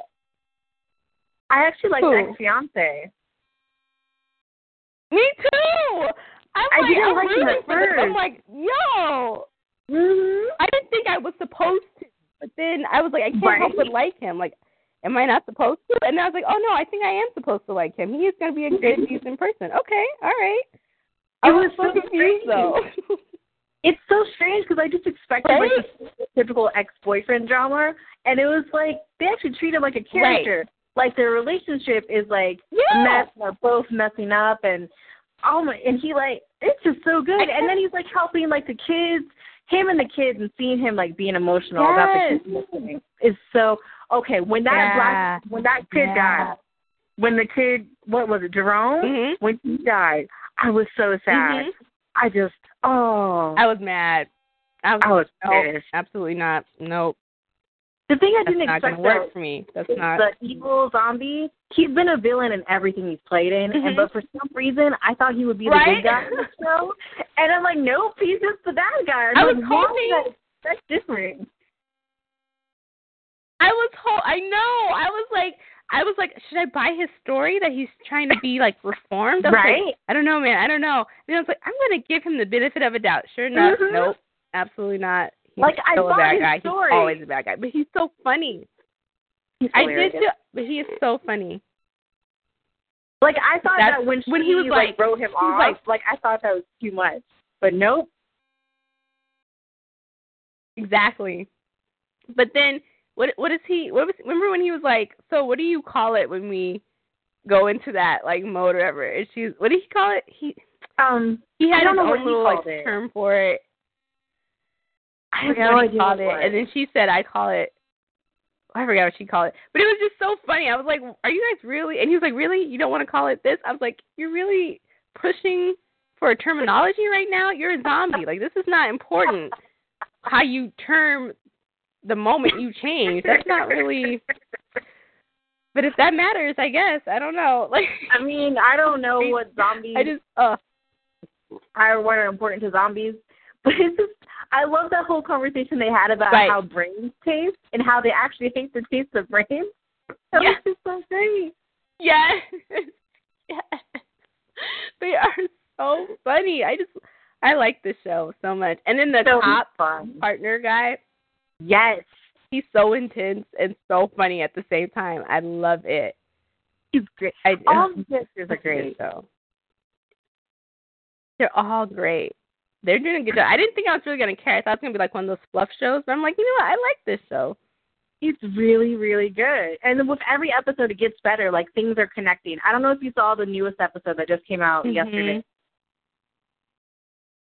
C: I actually like
D: Who?
C: ex fiance.
D: me too. I'm
C: I
D: like,
C: didn't
D: I'm
C: like him at
D: rooting for this. I'm
C: first.
D: like, yo,
C: Mm-hmm.
D: I didn't think I was supposed to, but then I was like, I can't
C: Right.
D: help but like him. Like, am I not supposed to? And I was like, oh no, I think I am supposed to like him. He is going to be a great, decent person. Okay, all right. I
C: It
D: was
C: was
D: so
C: so
D: confused though.
C: It's so strange because I just expected
D: Right?
C: like the typical ex-boyfriend drama, and it was like they actually treat him like a
D: Right.
C: character. Like their relationship is like a
D: [LAUGHS] yeah.
C: mess. and They're both messing up, and oh my! And he like it's just so good. And then he's like helping like the kids, him and the kids, and seeing him like being emotional about
D: Yes.
C: the kids missing is so okay. When that
D: Yeah.
C: black when that kid
D: Yeah.
C: died, when the kid what was it Jerome
D: Mhm.
C: when he died, I was so sad.
D: Mhm.
C: I just oh
D: I was mad. I was
C: I was
D: Nope.
C: pissed.
D: absolutely not. Nope.
C: The thing I
D: That's
C: didn't
D: not
C: expect
D: gonna
C: though
D: work for me. That's
C: is
D: not.
C: the evil zombie. He's been a villain in everything he's played in,
D: Mhm.
C: and but for some reason I thought he would be the
D: Right?
C: good guy in
D: [LAUGHS]
C: the show, and I'm like, nope, he's just the bad guy. I'm
D: I was
C: like, wow,
D: hoping-
C: that- that's different. [LAUGHS]
D: I was whole. I know. I was like, I was like, should I buy his story that he's trying to be like reformed? I was like,
C: Right.
D: I don't know, man. I don't know. And I was like, I'm gonna give him the benefit of a doubt. Sure enough,
C: Mhm.
D: nope, absolutely not. He's
C: Like, I
D: still a
C: bought
D: bad
C: his
D: guy.
C: story.
D: He's always a bad guy, but he's so funny.
C: He's
D: I did,
C: hilarious.
D: feel, but he is so funny.
C: Like I thought
D: That's-
C: that when she
D: when he was like-
C: wrote him
D: was
C: off,
D: like-
C: I thought that was too much, but nope.
D: Exactly. But then, what what is he? What was? Remember when he was like, so what do you call it when we go into that like mode or whatever? And she, was- what did he call it? He
C: Um,
D: he had
C: I don't
D: his
C: know what he
D: own little like
C: called it.
D: term for it.
C: I
D: I
C: have
D: forgot
C: no
D: what he
C: idea
D: called
C: what
D: it.
C: it was.
D: And then she said, I call it, I forgot what she called it. But it was just so funny. I was like, are you guys really? And he was like, really? You don't want to call it this? I was like, you're really pushing for a terminology right now? You're a zombie. Like, this is not important how you term the moment you change. That's not really. But if that matters, I guess. I don't know. [LAUGHS] Like,
C: [LAUGHS] I mean, I don't know what zombies [LAUGHS]
D: I just, uh,
C: are what are important to zombies. [LAUGHS] But it's just I love that whole conversation they had about
D: Right.
C: how brains taste and how they actually hate the taste of brains. [LAUGHS] That
D: Yeah.
C: was just so great.
D: Yes. [LAUGHS] yes. They are so funny. I just I like this show so much. And then the
C: so
D: cop
C: fun.
D: partner guy,
C: Yes.
D: he's so intense and so funny at the same time. I love it. she's great. I,
C: All the sisters are great, though.
D: they're all great. They're doing a good job. I didn't think I was really gonna care. I thought it was gonna be like one of those fluff shows, but I'm like, you know what? I like this show.
C: It's really, really good. And then with every episode, it gets better. Like things are connecting. I don't know if you saw the newest episode that just came out
D: Mhm.
C: yesterday.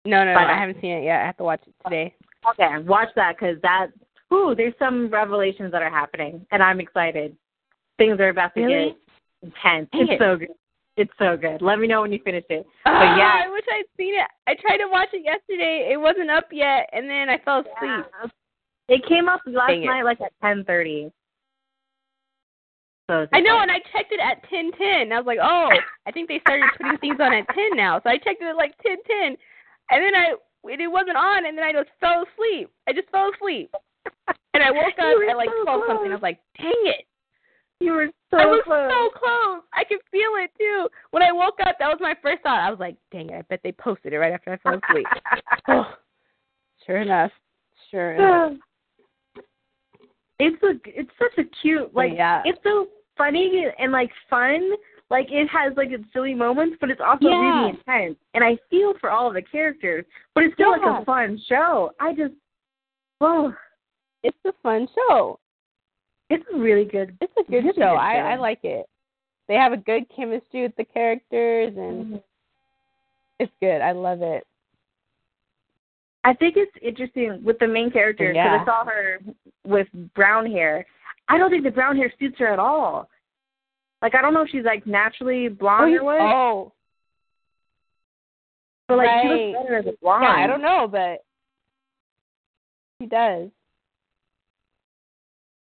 D: No, no, no,
C: But-
D: I haven't seen it yet. I have to watch it today.
C: Okay, watch that because that. Ooh, there's some revelations that are happening, and I'm excited. Things are about to
D: Really?
C: get intense.
D: Dang
C: it's
D: it.
C: so good. It's so good. Let me know when you finish it.
D: Ah,
C: yeah.
D: I wish I'd seen it. I tried to watch it yesterday. It wasn't up yet, and then I fell asleep.
C: It came up last
D: Dang it.
C: night, like at 10:30. So it's
D: I know,
C: okay.
D: and I checked it at ten ten. I was like, oh, I think they started putting things on at ten now. So I checked it at like ten ten, and then I it, it wasn't on, and then I just fell asleep. I just fell asleep, and I woke up
C: You were
D: at like
C: so
D: twelve something. I was like, dang it.
C: you were so
D: I was
C: close.
D: so close. I could feel it too. When I woke up, that was my first thought. I was like, dang it, I bet they posted it right after I fell asleep. Oh, sure enough. Sure enough.
C: [SIGHS] it's a it's such a cute like
D: Yeah.
C: it's so funny and like fun. Like it has like its silly moments, but it's also
D: Yeah.
C: really intense. And I feel for all of the characters, but it's still like
D: Yeah.
C: a fun show. I just whoa,
D: It's a fun show.
C: it's a really good.
D: It's a good
C: Really
D: show.
C: good show.
D: I, I like it. They have a good chemistry with the characters,
C: Mm-hmm.
D: and it's good. I love it.
C: I think it's interesting with the main character because
D: Yeah.
C: I saw her with brown hair. I don't think the brown hair suits her at all. Like I don't know if she's like naturally blonde or what,
D: oh,
C: but like she
D: right.
C: looks better as a blonde.
D: yeah, I don't know, but she does.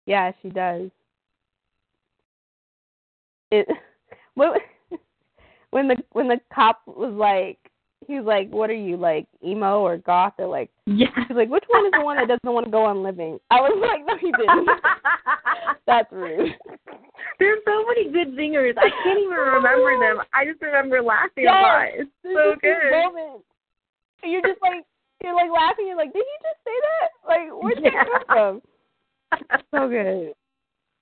D: Yeah, she does. It [LAUGHS] when when the when the cop was like he was like, What are you, like emo or goth or like [LAUGHS]
C: Yeah.
D: he's like, Which one is the one that doesn't want to go on living? I was like, No you didn't. [LAUGHS] That's rude.
C: [LAUGHS] There's so many good singers. I can't
D: [LAUGHS]
C: even remember them. I just remember laughing
D: Yes.
C: a lot. It's
D: There's
C: so
D: just these
C: good.
D: moments. And You're just like you're like laughing, you're like, Did he just say that? Like where'd
C: Yeah.
D: that come from? so good.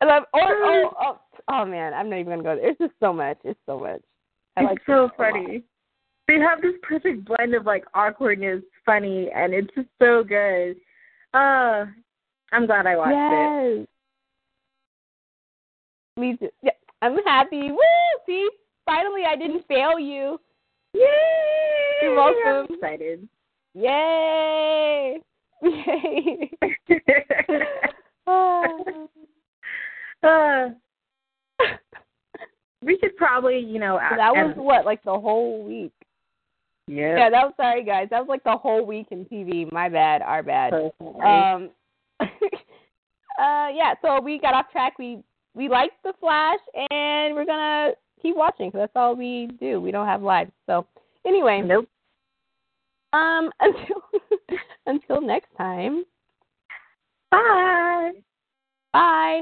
D: And I'm, oh, oh, oh, oh, man, I'm not even gonna go there. It's just so much. It's so much. I
C: it's
D: like
C: so
D: this a lot.
C: funny. They have this perfect blend of like awkwardness, funny, and it's just so good. Uh I'm glad I watched it.
D: Yes. Me too. Yeah, I'm happy. Woo! See, finally, I didn't fail you.
C: Yay!
D: You're welcome.
C: I'm excited. [LAUGHS]
D: Yay! [LAUGHS] Yay!
C: [LAUGHS]
D: Oh.
C: uh, we should probably, you know,
D: So that was what, like the whole week. Yeah, that was sorry guys. That was like the whole week in TV. My bad, our bad. Um, [LAUGHS] uh, yeah. So we got off track. We we liked the Flash, and we're gonna keep watching 'cause that's all we do. We don't have lives. So anyway,
C: nope.
D: um, [LAUGHS] until until next time.
C: Bye.
D: Bye.